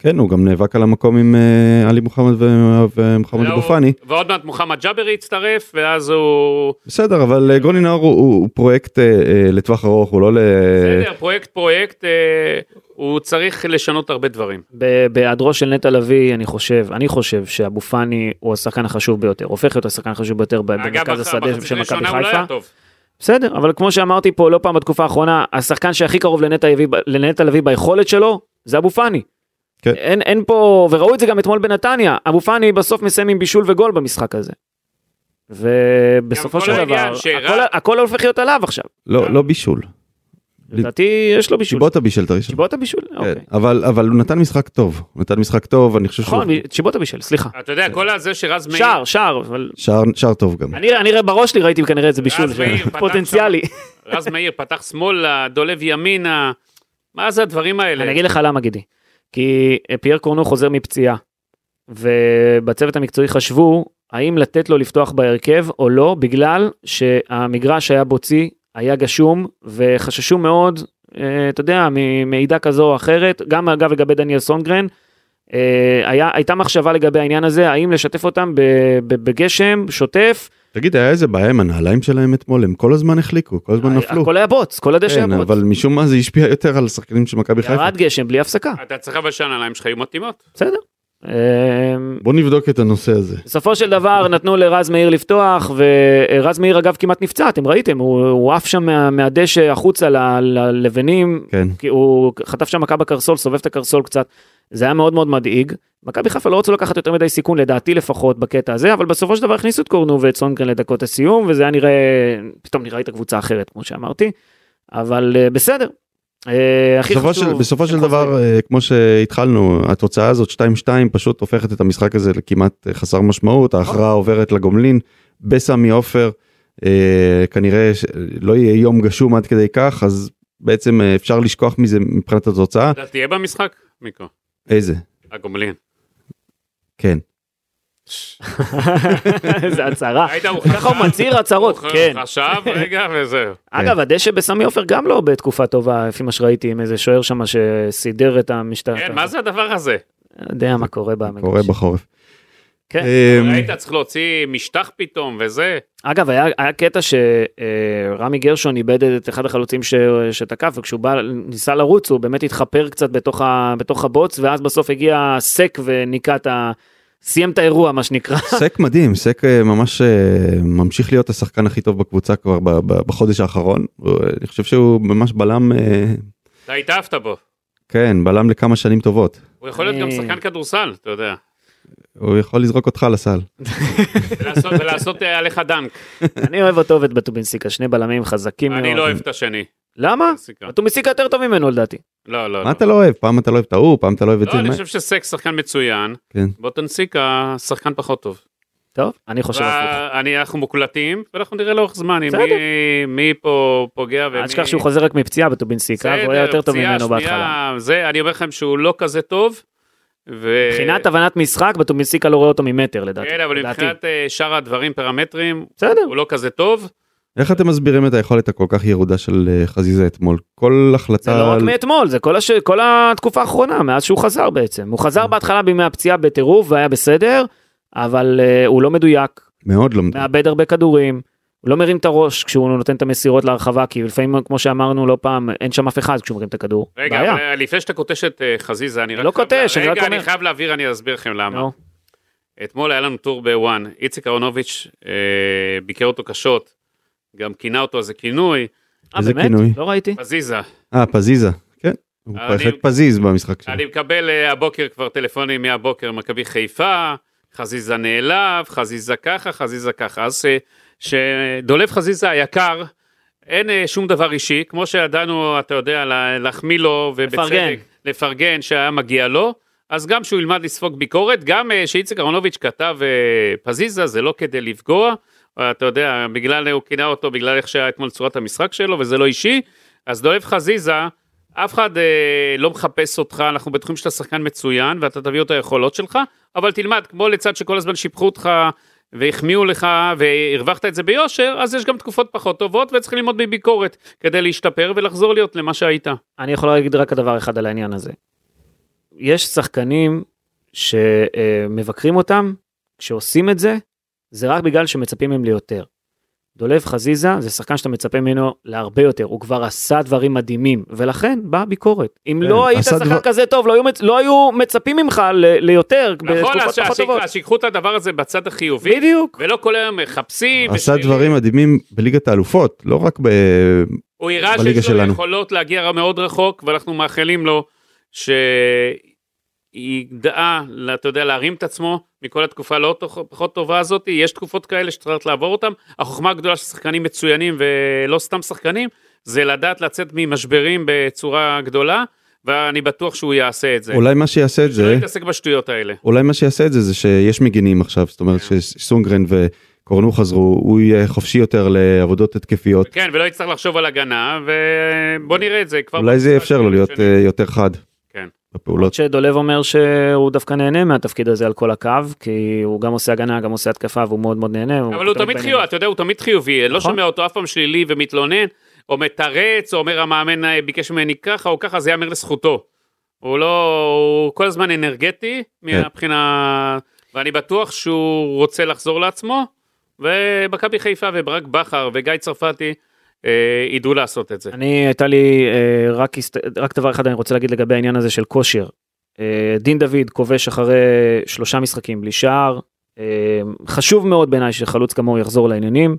C: כן, הוא גם נאבק על המקום עם אה, עלי מוחמד ו- ומוחמד
D: לא,
C: אבו פאני.
D: ועוד מעט מוחמד ג'אבר יצטרף, ואז הוא...
C: בסדר, אבל אה, גוני נאור הוא, הוא, הוא פרויקט אה, אה, לטווח ארוך, הוא לא ל...
D: בסדר, פרויקט פרויקט, אה, הוא צריך לשנות הרבה דברים.
B: ב- בהיעדרו של נטע לביא, אני חושב, אני חושב שאבו פאני הוא השחקן החשוב ביותר, הופך להיות השחקן החשוב ביותר ב-
D: אגב,
B: במרכז השדה
D: בחצי
B: של מכבי
D: הראשונה הוא לא היה
B: חיפה.
D: טוב.
B: בסדר, אבל כמו שאמרתי פה לא פעם בתקופה האחרונה, השחקן שהכי קרוב לנטע לביא- לנטע לביא ביכולת שלו, זה אבו פאני.
C: כן.
B: אין, אין פה, וראו את זה גם אתמול בנתניה, אבו פאני בסוף מסיים עם בישול וגול במשחק הזה. ובסופו
D: כל
B: של
D: העניין
B: דבר,
D: שרק-
B: הכל, הכל הופך להיות עליו עכשיו.
C: לא, לא בישול.
B: לדעתי יש לו בישול.
C: צ'יבוטה בישל את הראשון.
B: צ'יבוטה בישול?
C: כן,
B: אוקיי.
C: אבל, אבל הוא נתן משחק טוב. הוא נתן משחק טוב, אני חושב שהוא...
B: נכון, צ'יבוטה בישל, סליחה.
D: אתה יודע, כל הזה שרז מאיר...
B: שער, שער, אבל
C: שער, שער טוב גם.
B: אני, אני רואה בראש שלי ראיתי כנראה את זה בישול
D: רז מאיר
B: ש-
D: פתח
B: פוטנציאלי.
D: רז מאיר פתח שמאלה, דולב ימינה, מה זה הדברים האלה?
B: אני אגיד לך למה גידי. כי אה, פייר קורנו חוזר מפציעה. ובצוות המקצועי חשבו האם לתת לו לפתוח בהרכב או לא, בגלל שהמגרש היה בוצי, היה גשום, וחששו מאוד, אה, אתה יודע, ממידע כזו או אחרת, גם אגב לגבי דניאל סונגרן, אה, היה, הייתה מחשבה לגבי העניין הזה, האם לשתף אותם ב- ב- בגשם שוטף,
C: תגיד, היה איזה בעיה עם הנעליים שלהם אתמול? הם כל הזמן החליקו, כל הזמן נפלו.
B: הכל היה בוץ, כל הדשא
C: כן,
B: היה בוץ.
C: אבל משום מה זה השפיע יותר על השחקנים של מכבי חיפה.
B: ירד גשם בלי הפסקה,
D: אתה צריך אבל שהנעליים שלך יהיו מתאימות.
B: בסדר. אה,
C: בוא נבדוק את הנושא הזה.
B: בסופו של דבר נתנו לרז מאיר לפתוח, ורז מאיר אגב כמעט נפצע, אתם ראיתם, הוא הוא עף שם מה- מהדשא החוצה ל- ללבנים,
C: כן.
B: כי הוא חטף שם מכה בקרסול, סובב את הקרסול קצת, זה היה מאוד מאוד מדאיג. מכבי חיפה לא רצו לקחת יותר מדי סיכון, לדעתי לפחות, בקטע הזה, אבל בסופו של דבר הכניסו את קורנו ואת סונגרן לדקות הסיום, וזה היה נראה, פתאום נראה את הקבוצה אחרת, כמו שאמרתי, אבל אה, בסדר. אה, הכי
C: בסופו
B: חשוב-
C: של, בסופו של
B: שהם חוזרים.
C: דבר, אה, כמו שהתחלנו, התוצאה הזאת 2-2 פשוט הופכת את המשחק הזה לכמעט אה, חסר משמעות,
B: נכון.
C: ההכרעה עוברת לגומלין בסמי עופר, אה, כנראה שלא יהיה יום גשום עד כדי כך, אז בעצם אה, אפשר לשכוח מזה מבחינת התוצאה.
D: אתה תהיה במשחק, מיקו?
C: איזה?
D: הגומלין.
C: כן.
B: זה הצהרה.
D: ראית, הוא
B: אה, ככה הוא מצהיר הצהרות,
D: הוא
B: כן.
D: חשב, רגע, וזהו.
B: אגב, הדשא בסמי עופר גם לא בתקופה טובה, לפי מה שראיתי, עם איזה שוער שם שסידר את המשטרה.
D: כן, מה זה הדבר הזה?
B: אני יודע מה קורה
C: קורה
B: במגרש.
C: בחורף.
B: כן.
C: אה,
D: ראית, צריך להוציא משטח פתאום וזה.
B: אגב, היה היה קטע שרמי גרשון איבד את אחד החלוצים ש- שתקף, וכשהוא בא, ניסה לרוץ, הוא באמת התחפר קצת בתוך ה- בתוך הבוץ, ואז בסוף הגיע סק וניקה את ה... סיים את האירוע, מה שנקרא.
C: סק מדהים, סק אה, ממש אה, ממשיך להיות השחקן הכי טוב בקבוצה כבר ב- ב- בחודש האחרון, הוא- אה, אני חושב שהוא ממש בלם, אה,
D: אתה התאהבת בו.
C: כן, בלם לכמה שנים טובות.
D: הוא יכול להיות גם
B: אני-
D: שחקן כדורסל, אתה יודע.
C: הוא יכול לזרוק אותך
D: לא
C: לסל.
D: ולעשות- ולעשות אה, עליך דנק.
B: אני אוהב אותו ואת בטובינסיקה, שני בלמים חזקים מאוד.
D: אני לא אוהב את השני.
B: למה?
D: סיכה.
B: בטובינסיקה יותר טוב ממנו לדעתי.
D: לא, לא.
C: מה
D: לא.
C: אתה לא אוהב? פעם אתה לא אוהב את ההוא, פעם אתה לא אוהב את
D: לא,
C: זה.
D: אני
C: מה-
D: חושב שסקס שחקן מצוין,
C: כן.
D: בוטנסיקה שחקן פחות טוב.
B: טוב, אני חושב
D: אה,
B: הפוך.
D: אני, אנחנו מוקלטים, ואנחנו נראה לאורך זמן אם
B: בסדר.
D: מי, מי פה פוגע ומי...
B: אל תשכח שהוא חוזר רק מפציעה בטובינסיקה, והוא היה יותר טוב
D: פציעה
B: ממנו
D: שנייה, אה,
B: בהתחלה.
D: זה, אני אומר לכם שהוא לא כזה טוב. ו...
B: מבחינת הבנת משחק, בטובינסיקה לא רואה אותו ממטר לדעתי.
D: כן, אבל
B: לדעתי.
D: מבחינת אה, שאר הדברים, פרמטרים,
B: בסדר.
D: הוא לא כזה טוב.
C: איך אתם מסבירים את היכולת הכל כך ירודה של אה, חזיזה אתמול? כל החלטה...
B: זה לא רק
C: על-
B: מאתמול, זה כל, הש... כל התקופה האחרונה, מאז שהוא חזר בעצם. הוא חזר בהתחלה בימי הפציעה בטירוף והיה בסדר, אבל uh, הוא לא מדויק,
C: מאוד לא...
B: מאבד הרבה כדורים, הוא לא מרים את הראש כשהוא נותן את המסירות להרחבה, כי לפעמים, כמו שאמרנו לא פעם, אין שם אף אחד כשהוא מרים את הכדור.
D: רגע,
B: בעיה.
D: אבל, אה, לפני שאתה קוטש את אה, חזיזה, אני רק...
B: לא
D: חייב
B: קוטש,
D: לה-
B: אני רק
D: רגע,
B: אומר. לא.
D: אני חייב להבהיר, אני אסביר לכם למה.
B: נו,
D: אתמול היה לנו טור בוואן, איציק אהרונוביץ' אה, ביקר אותו קשות, גם כינה אותו איזה כינוי,
B: אה,
C: איזה
B: באמת?
C: כינוי?
B: לא ראיתי.
D: פזיזה.
C: אה, פזיזה. כן, הוא
D: אני-
C: בהחלט פזיז במשחק שלו.
D: אני מקבל אה, הבוקר כבר טלפונים מהבוקר, מכבי חיפה, חזיזה נעלב, חזיזה ככה, חזיזה ככה. אז אה, שדולב חזיזה היקר, אין אה, שום דבר אישי, כמו שידענו, אתה יודע, לה- להחמיא לו, ובצדק,
B: לפרגן.
D: לפרגן שהיה מגיע לו, אז גם שהוא ילמד לספוג ביקורת, גם אה, שאיציק אהרונוביץ' כתב אה, פזיזה, זה לא כדי לפגוע, אה, אתה יודע, בגלל, הוא כינה אותו בגלל איך שהיה אתמול צורת המשחק שלו, וזה לא אישי, אז דולב חזיזה, אף אחד אה, לא מחפש אותך, אנחנו בטוחים שאתה שחקן מצוין, ואתה תביא את היכולות שלך, אבל תלמד, כמו לצד שכל הזמן שיבחו אותך, והחמיאו לך, והרווחת את זה ביושר, אז יש גם תקופות פחות טובות, וצריך ללמוד מביקורת, כדי להשתפר ולחזור להיות למה שהיית.
B: אני יכול להגיד רק דבר אחד על העניין הזה. יש שחקנים שמבקרים אותם, כשעושים את זה, זה רק בגלל שמצפים מהם ליותר. דולב חזיזה זה שחקן שאתה מצפה ממנו להרבה יותר, הוא כבר עשה דברים מדהימים, ולכן באה ביקורת. אם
C: כן,
B: לא היית
C: עשה
B: שחקן
C: דבר-
B: כזה טוב, לא היו, מצ- לא היו מצפים ממך ל- ליותר
D: נכון, אז
B: בתקופות פחות טובות.
D: שהשיק- אז שיקחו את הדבר הזה בצד החיובי,
B: בדיוק.
D: ולא כל היום מחפשים.
C: עשה
D: ושלילי.
C: דברים מדהימים בליגת האלופות, לא רק ב...
D: הוא הראה
C: בליגה
D: שיש לו
C: שלנו.
D: יכולות להגיע מאוד רחוק, ואנחנו מאחלים לו שידעה, אתה יודע, להרים את עצמו מכל התקופה הלא תוך- פחות טובה הזאת. יש תקופות כאלה שצריך לעבור אותן. החוכמה הגדולה של שחקנים מצוינים ולא סתם שחקנים, זה לדעת לצאת ממשברים בצורה גדולה, ואני בטוח שהוא יעשה את זה.
C: אולי מה שיעשה את
D: שלא
C: זה,
D: יתעסק בשטויות האלה.
C: אולי מה שיעשה את זה זה שיש מגינים עכשיו, זאת אומרת
D: כן.
C: שסונגרן וקורנו חזרו, הוא יהיה חופשי יותר לעבודות התקפיות.
D: כן, ולא יצטרך לחשוב על הגנה, ובוא נראה את זה כבר.
C: אולי זה
D: במשחק
C: יאפשר לו להיות
D: השני.
C: אה, יותר חד.
D: כן.
C: בפעולות.
B: שדולב אומר שהוא דווקא נהנה מהתפקיד הזה על כל הקו, כי הוא גם עושה הגנה, גם עושה התקפה, והוא מאוד מאוד נהנה.
D: אבל הוא תמיד חיובי, אתה יודע, הוא תמיד חיובי, לא
B: נכון.
D: שומע אותו אף פעם שלילי ומתלונן, או מתרץ, או אומר המאמן אה, ביקש ממני ככה או ככה, זה ייאמר לזכותו. הוא לא, הוא כל הזמן אנרגטי מהבחינה, ואני בטוח שהוא רוצה לחזור לעצמו, ומכבי חיפה וברק בכר וגיא צרפתי אה, ידעו לעשות את זה.
B: אני הייתה לי אה, רק, הסת- רק דבר אחד אני רוצה להגיד לגבי העניין הזה של כושר. אה, דין דוד כובש אחרי שלושה משחקים בלי שער. אה, חשוב מאוד בעיניי שחלוץ כמוהו יחזור לעניינים.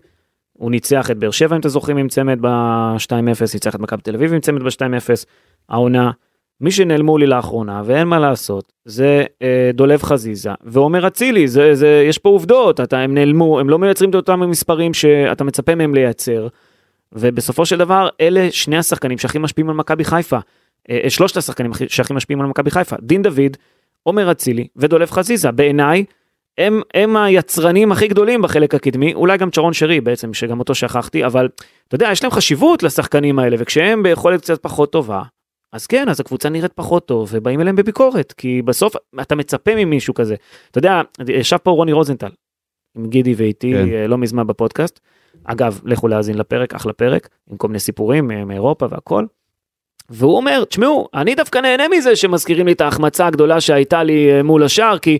B: הוא ניצח את באר שבע אם אתם זוכרים עם צמד ב-2-0, ניצח את מכבי תל אביב עם צמד ב-2-0. העונה, מי שנעלמו לי לאחרונה ואין מה לעשות זה אה, דולב חזיזה ועומר אצילי, זה, זה, יש פה עובדות, אתה, הם נעלמו, הם לא מייצרים את אותם המספרים שאתה מצפה מהם לייצר. ובסופו של דבר אלה שני השחקנים שהכי משפיעים על מכבי חיפה. אה, אה, שלושת השחקנים הכי- שהכי משפיעים על מכבי חיפה, דין דוד, עומר אצילי ודולב חזיזה, בעיניי הם, הם היצרנים הכי גדולים בחלק הקדמי, אולי גם צ'רון שרי בעצם, שגם אותו שכחתי, אבל אתה יודע, יש להם חשיבות לשחקנים האלה, וכשהם ביכולת קצת פחות טובה, אז כן, אז הקבוצה נראית פחות טוב, ובאים אליהם בביקורת, כי בסוף אתה מצפה ממישהו כזה. אתה יודע, ישב פה רוני רוזנטל, עם גידי ואיתי
C: כן.
B: כן. לא מזמן בפודקאסט. אגב, לכו להאזין לפרק, אחלה פרק, עם כל מיני סיפורים אה, מאירופה והכל. והוא אומר, תשמעו, אני דווקא נהנה מזה שמזכירים לי את ההחמצה הגדולה שהייתה לי אה, מול השער, כי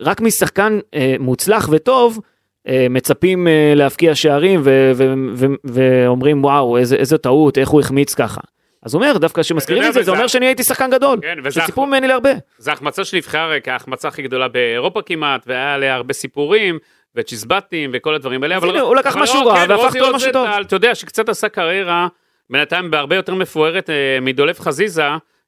B: רק משחקן אה, מוצלח וטוב, אה, מצפים אה, להפקיע שערים ו- ו- ו- ואומרים, וואו, איזה, איזה טעות, איך הוא החמיץ ככה. אז הוא אומר, דווקא כשמזכירים
D: יודע,
B: את זה, זה
D: וזה-
B: אומר שאני הייתי שחקן גדול.
D: כן, וזה
B: שציפו ממני להרבה. לא
D: זה החמצה שנבחר כהחמצה הכי גדולה באירופה כמעט, והיה עליה הרבה סיפורים, וצ'יזבטים וכל הדברים האלה.
B: אז
D: אבל
B: הנה, הוא לקח
D: אבל
B: משהו
D: לא,
B: רע
D: כן,
B: והפך
D: רוזי
B: אותו למשהו טוב.
D: רוזנטל, אתה יודע שקצת עשה קריירה, בינתיים בהרבה יותר מפוארת אה, מדולף חזיזה,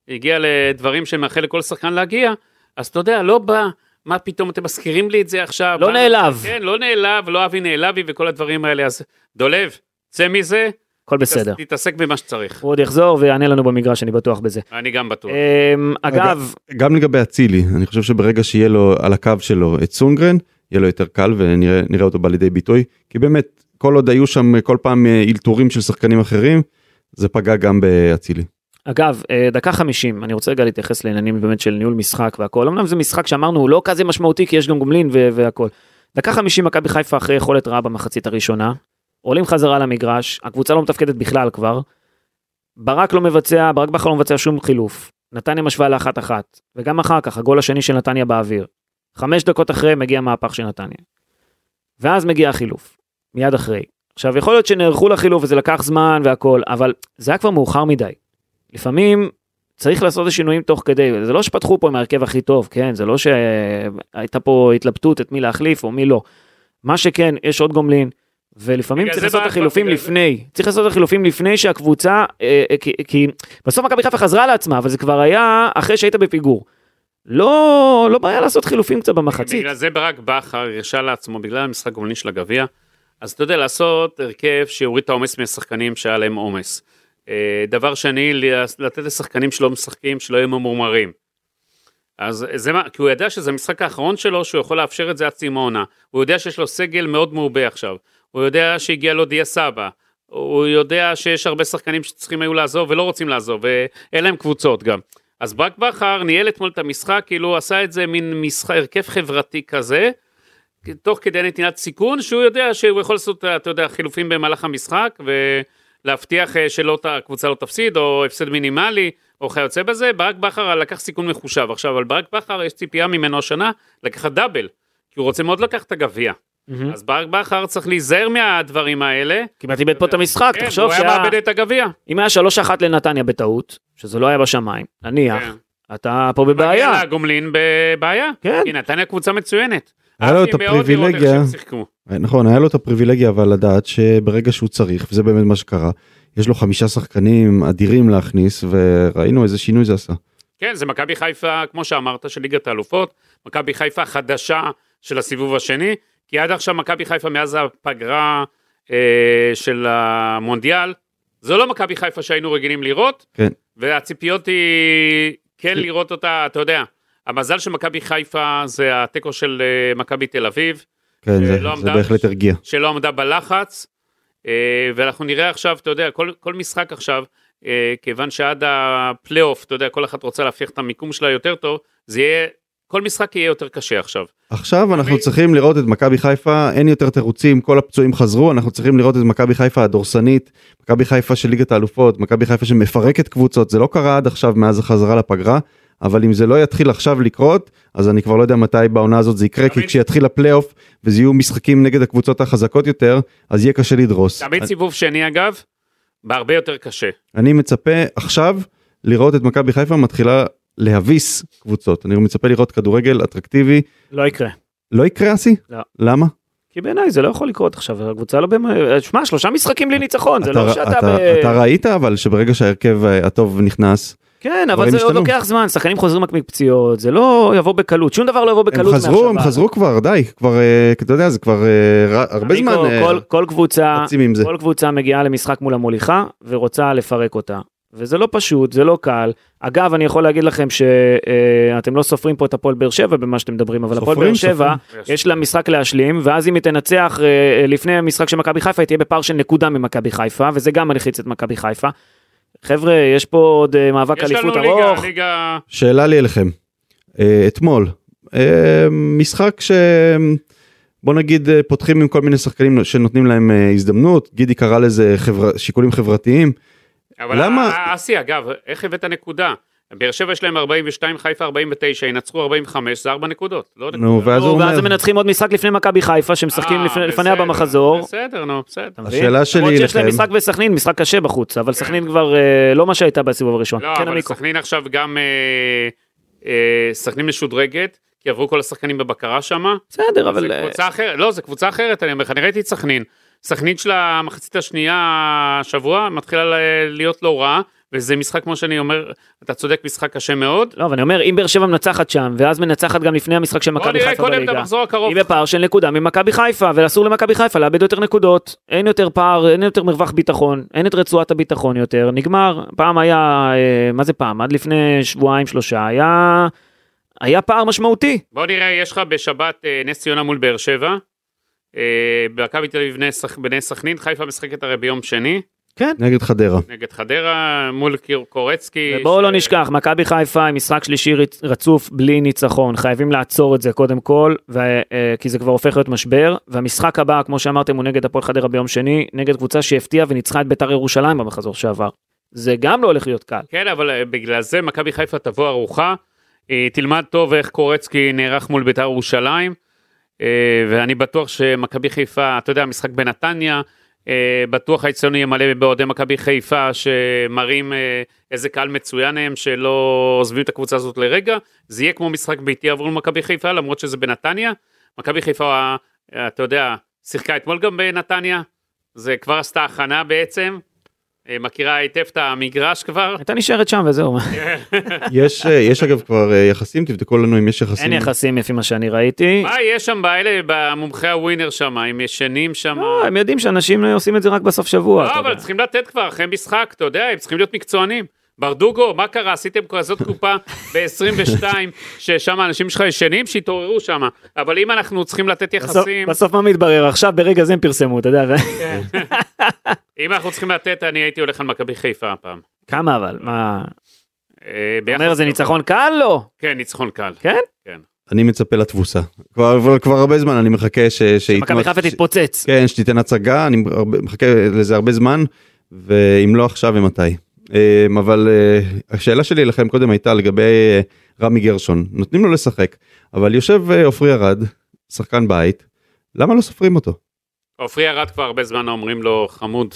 D: הגיע לדברים שמאחל לכל שחקן להגיע, אז אתה יודע, לא בא, מה פתאום אתם מזכירים לי את זה עכשיו?
B: לא
D: מה-
B: נעלב.
D: כן, לא נעלב, לא אבי נעלבי וכל הדברים האלה, אז דולב, צא מזה,
B: הכל בסדר.
D: תתעסק במה שצריך.
B: הוא עוד יחזור ויענה לנו במגרש, אני בטוח בזה.
D: אני גם בטוח.
B: אמ, אגב,
C: גם לגבי אצילי, אני חושב שברגע שיהיה לו על הקו שלו את סונגרן, יהיה לו יותר קל ונראה נראה אותו בא לידי ביטוי, כי באמת, כל עוד היו שם כל פעם אה, אלתורים של שחקנים אחרים, זה פגע גם באצילי.
B: אגב, אה, דקה חמישים, אני רוצה רגע להתייחס לעניינים באמת של ניהול משחק והכל. אמנם זה משחק שאמרנו הוא לא כזה משמעותי כי יש גם גומלין ו- והכל. דקה חמישים מכבי חיפה אחרי יכולת רעה במחצית הראשונה. עולים חזרה למגרש, הקבוצה לא מתפקדת בכלל כבר. ברק לא מבצע, ברק בכר לא מבצע שום חילוף. נתניה משווה לאחת אחת, וגם אחר כך הגול השני של נתניה באוויר. חמש דקות אחרי מגיע מהפך של נתניה. ואז מגיע החילוף, מיד אחרי. עכשיו יכול להיות שנערכו לחילוף וזה לקח זמן והכל, אבל זה היה כבר מאוחר מדי. לפעמים צריך לעשות את השינויים תוך כדי, זה לא שפתחו פה עם ההרכב הכי טוב, כן? זה לא שהייתה פה התלבטות את מי להחליף או מי לא. מה שכן, יש עוד גומלין, ולפעמים
D: בגלל
B: צריך
D: זה
B: לעשות את
D: בא-
B: החילופים
D: בגלל זה-
B: לפני. צריך לעשות את החילופים לפני שהקבוצה, אה, אה, כי- כי בסוף מכבי חיפה חזרה לעצמה, אבל זה כבר היה אחרי שהיית בפיגור. לא, לא בעיה לעשות חילופים קצת במחצית.
D: בגלל זה ברק בכר הרשה לעצמו, בגלל המשחק הגומלין של הגביע, אז אתה יודע, לעשות הרכב שיוריד את העומס מהשחקנים שהיה להם עומס. אה, דבר שני, ל- לתת לשחקנים שלא משחקים, שלא יהיו ממורמרים. אז זה מה, כי הוא ידע שזה המשחק האחרון שלו, שהוא יכול לאפשר את זה עד סיום העונה. הוא יודע שיש לו סגל מאוד מעובה עכשיו. הוא יודע שהגיע לו דיה סבא. הוא יודע שיש הרבה שחקנים שצריכים היו לעזוב ולא רוצים לעזוב, ואין להם קבוצות גם. אז ברק בכר ניהל אתמול את המשחק, כאילו הוא עשה את זה מין משחק, הרכב חברתי כזה, תוך כדי נתינת סיכון, שהוא יודע שהוא יכול לעשות, אתה יודע, חילופים במהלך המשחק, ולהבטיח אה, שלא ת- הקבוצה לא תפסיד, או הפסד מינימלי, או כיוצא בזה. ברק בכר לקח סיכון מחושב. עכשיו, על ברק בכר יש ציפייה ממנו השנה לקחת דאבל, כי הוא רוצה מאוד לקחת את הגביע.
B: מהמם.
D: אז ברק בכר צריך להיזהר מהדברים האלה.
B: כמעט איבד פה את המשחק,
D: כן,
B: תחשוב
D: הוא היה
B: שהיה...
D: מאבד את הגביע.
B: אם היה 3-1 לנתניה בטעות, שזה לא היה בשמיים, נניח,
D: כן.
B: אתה פה בבעיה.
D: מגיע לגומלין בבעיה.
B: כן.
D: כי נתניה קבוצה מצוינת.
C: היה לו את
D: אהבתי מאוד לראות איך
C: הפריבילגיה.
D: שהם שיחקו.
C: נכון, היה לו את הפריבילגיה אבל לדעת שברגע שהוא צריך, וזה באמת מה שקרה, יש לו חמישה שחקנים אדירים להכניס, וראינו איזה שינוי זה עשה.
D: כן, זה מכבי חיפה, כמו שאמרת, של ליגת האלופות, מכבי חיפה החדשה של הסיבוב השני, כי עד עכשיו מכבי חיפה מאז הפגרה אה, של המונדיאל, זו לא מכבי חיפה שהיינו רגילים לראות,
C: כן.
D: והציפיות היא כן לראות אותה, אתה יודע, המזל של מכבי חיפה זה התיקו של אה, מכבי תל אביב,
C: כן, זה,
D: לא
C: זה
D: עמדה.
C: בהחלט הרגיע.
D: שלא עמדה בלחץ, אה, ואנחנו נראה עכשיו, אתה יודע, כל, כל משחק עכשיו, אה, כיוון שעד הפלייאוף, אתה יודע, כל אחת רוצה להפך את המיקום שלה יותר טוב, זה יהיה, כל משחק יהיה יותר קשה עכשיו.
C: עכשיו אנחנו
D: אני-
C: צריכים לראות את מכבי חיפה, אין יותר תירוצים, כל הפצועים חזרו, אנחנו צריכים לראות את מכבי חיפה הדורסנית, מכבי חיפה של ליגת האלופות, מכבי חיפה שמפרקת קבוצות, זה לא קרה עד עכשיו מאז החזרה לפגרה, אבל אם זה לא יתחיל עכשיו לקרות, אז אני כבר לא יודע מתי בעונה הזאת זה יקרה, כי
D: תמיד-
C: כשיתחיל הפלייאוף וזה יהיו משחקים נגד הקבוצות החזקות יותר, אז יהיה קשה לדרוס.
D: תמיד סיבוב שני אגב, בהרבה יותר קשה.
C: אני מצפה עכשיו לראות את מכבי חיפה מתחילה להביס קבוצות, אני מצפה לראות כדורגל אטרקטיבי,
B: לא יקרה.
C: לא יקרה אסי?
B: לא.
C: למה?
B: כי בעיניי זה לא יכול לקרות עכשיו, הקבוצה לא באמת... שמע, שלושה משחקים בלי ניצחון, זה לא
C: אתה-
B: שאתה
C: אתה,
B: ב...
C: אתה ראית אבל שברגע שההרכב אה, הטוב נכנס,
B: כן, אבל
C: דברים
B: זה עוד
C: השתנו.
B: לוקח זמן, שחקנים חוזרים רק מפציעות, זה לא יבוא בקלות, שום דבר לא יבוא
C: הם
B: בקלות
C: חזרו, הם חזרו כבר, די, כבר, אה, אתה יודע, זה כבר אה, ר- הרבה
B: עמיקו,
C: זמן אה,
B: כל- כל קבוצה,
C: רצים עם זה.
B: כל קבוצה מגיעה למשחק מול המוליכה ורוצה לפרק אותה. וזה לא פשוט, זה לא קל. אגב, אני יכול להגיד לכם שאתם לא סופרים פה את הפועל באר שבע במה שאתם מדברים, אבל הפועל
C: סופרים,
B: באר שבע,
C: סופרים.
B: יש לה משחק להשלים, ואז אם היא תנצח אה, אה, לפני המשחק של מכבי חיפה, היא תהיה בפער של נקודה ממכבי חיפה, וזה גם מלחיץ את מכבי חיפה. חבר'ה, יש פה עוד אה, מאבק
D: יש לנו
B: אליפות
D: ליגה,
B: ארוך.
D: ליגה...
C: שאלה לי אליכם, אה, אתמול, אה, משחק ש... בוא נגיד אה, פותחים עם כל מיני שחקנים שנותנים להם אה, הזדמנות, גידי קרא לזה חבר... שיקולים חברתיים,
D: אבל
C: למה-
D: למה... אסי, אגב, איך הבאת נקודה? באר שבע יש להם 42, חיפה 49, ינצחו 45, זה 4 נקודות. לא
C: נו,
D: נקודה.
C: ואז הוא
B: נו, ואז
C: אומר,
B: הם מנצחים עוד משחק לפני מכבי חיפה, שמשחקים
D: אה,
B: לפני-
D: בסדר,
B: לפניה במחזור.
D: בסדר, נו, בסדר.
B: אתה מבין?
C: השאלה שלי
B: למרות שיש להם
C: אליכם-
B: משחק בסכנין, משחק קשה בחוץ, אבל סכנין כבר אה, לא מה שהייתה בסיבוב הראשון.
D: לא,
B: כן,
D: אבל
B: עמיקו.
D: סכנין עכשיו גם אה, אה, סכנין משודרגת, כי עברו כל השחקנים בבקרה שמה.
B: בסדר,
D: אבל...
B: אבל...
D: זה
B: אה,
D: קבוצה אחרת, לא, זה קבוצה אחרת, אני אומר לך, אני ראיתי את סכנין. סכנין של המחצית השנייה השבוע מתחילה ל- להיות לא רעה, וזה משחק, כמו שאני אומר, אתה צודק, משחק קשה מאוד.
B: לא, אבל אני אומר, אם באר שבע מנצחת שם, ואז מנצחת גם לפני המשחק של
D: בוא
B: מכבי
D: נראה
B: חיפה
D: קודם את
B: בליגה,
D: המחזור הקרוב.
B: היא בפער של נקודה ממכבי חיפה, ואסור למכבי חיפה לאבד יותר נקודות, אין יותר פער, אין יותר מרווח ביטחון, אין את רצועת הביטחון יותר, נגמר. פעם היה, אה, מה זה פעם? עד לפני שבועיים שלושה היה... היה פער משמעותי.
D: בוא נראה, יש לך בשבת אה, נס ציונה מול באר שבע. אה, מכבי תל אביב נס- בני סכנין, חיפה משחקת הרי ביום שני,
B: כן.
C: נגד חדרה.
D: נגד חדרה, מול קיר- קורצקי.
B: בואו
D: ש-
B: לא נשכח, מכבי חיפה עם משחק שלישי רצ- רצוף בלי ניצחון, חייבים לעצור את זה קודם כל, ו... אה, כי זה כבר הופך להיות משבר, והמשחק הבא, כמו שאמרתם, הוא נגד הפועל חדרה ביום שני, נגד קבוצה שהפתיעה וניצחה את ביתר ירושלים במחזור שעבר. זה גם לא הולך להיות קל.
D: כן, אבל אה, בגלל זה מכבי חיפה תבוא ערוכה, אה, תלמד טוב איך קורצקי נערך מול בית"ר ירושלים, אה, ואני בטוח שמכבי חיפה, אתה יודע, המשחק בנתניה, אה, בטוח האיצטדיון יהיה מלא באוהדי מכבי חיפה שמראים אה, איזה קהל מצוין הם שלא עוזבים את הקבוצה הזאת לרגע. זה יהיה כמו משחק ביתי עבור מכבי חיפה למרות שזה בנתניה. מכבי חיפה, אה, אתה יודע, שיחקה אתמול גם בנתניה. זה כבר עשתה הכנה בעצם. אה, מכירה היטב את המגרש כבר.
B: הייתה נשארת שם וזהו.
C: יש, אה, יש אגב כבר אה, יחסים, תבדקו לנו אם יש יחסים.
B: אין יחסים לפי מה שאני ראיתי.
D: מה יש שם באלה, במומחי הווינר שם, הם ישנים שם.
B: לא, הם יודעים שאנשים עושים את זה רק בסוף שבוע. אתה
D: לא, אבל
B: יודע.
D: צריכים לתת כבר אחרי משחק, אתה יודע, הם צריכים להיות מקצוענים. ברדוגו, מה קרה? עשיתם כזאת קופה ב-22, ששם האנשים שלך ישנים, שהתעוררו שם. אבל אם אנחנו צריכים לתת
B: בסוף-
D: יחסים,
B: בסוף מה מתברר? עכשיו ברגע זה הם פרסמו, אתה יודע. זה-
D: אם אנחנו צריכים לתת, אני הייתי הולך על מכבי חיפה הפעם.
B: כמה אבל? מה?
D: אה, ביחס-
B: אומר זה ניצחון קל לא?
D: כן, ניצחון קל.
B: כן?
C: אני מצפה לתבוסה. כבר, כבר, כבר הרבה זמן אני מחכה ש... שייתנו-
B: מכבי חיפה
C: ש-
B: תתפוצץ.
C: כן, שתיתן הצגה, אני הרבה, מחכה לזה הרבה זמן, ואם לא עכשיו, אימתי. אמ, אבל אה, השאלה שלי לכם קודם הייתה לגבי אה, רמי גרשון, נותנים לו לשחק, אבל יושב אה, עופרי ארד, שחקן בית, למה לא סופרים אותו?
D: עופרי ארד כבר הרבה זמן אומרים לו, חמוד.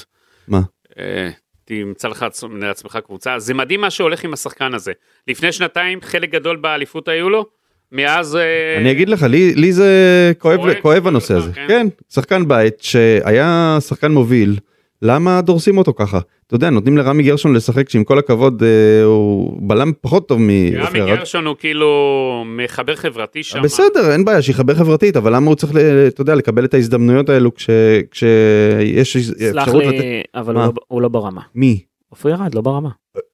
C: מה?
D: אה, תמצא לך עצ- לעצמך קבוצה. זה מדהים מה שהולך עם השחקן הזה. לפני שנתיים, חלק גדול באליפות היו לו, מאז... אה,
C: אני אגיד לך, לי, לי זה כואב,
D: כואב,
C: כואב הנושא
D: כואב
C: הזה.
D: לך, כן.
C: כן, שחקן בית שהיה שחקן מוביל, למה דורסים אותו ככה? אתה יודע, נותנים לרמי גרשון לשחק שעם כל הכבוד אה, הוא בלם פחות טוב
D: רמי
C: מעופרי ארד.
D: גרשון הוא כאילו מחבר חברתי שם.
C: בסדר אין בעיה שיחבר חברתית אבל למה הוא צריך ל- אתה יודע לקבל את ההזדמנויות האלו כש, כשיש
B: סלח
C: אה, אפשרות לתת
B: לי, אבל הוא
C: מה?
B: לא- הוא לא ברמה.
C: מי
B: עופרי ירד לא ברמה.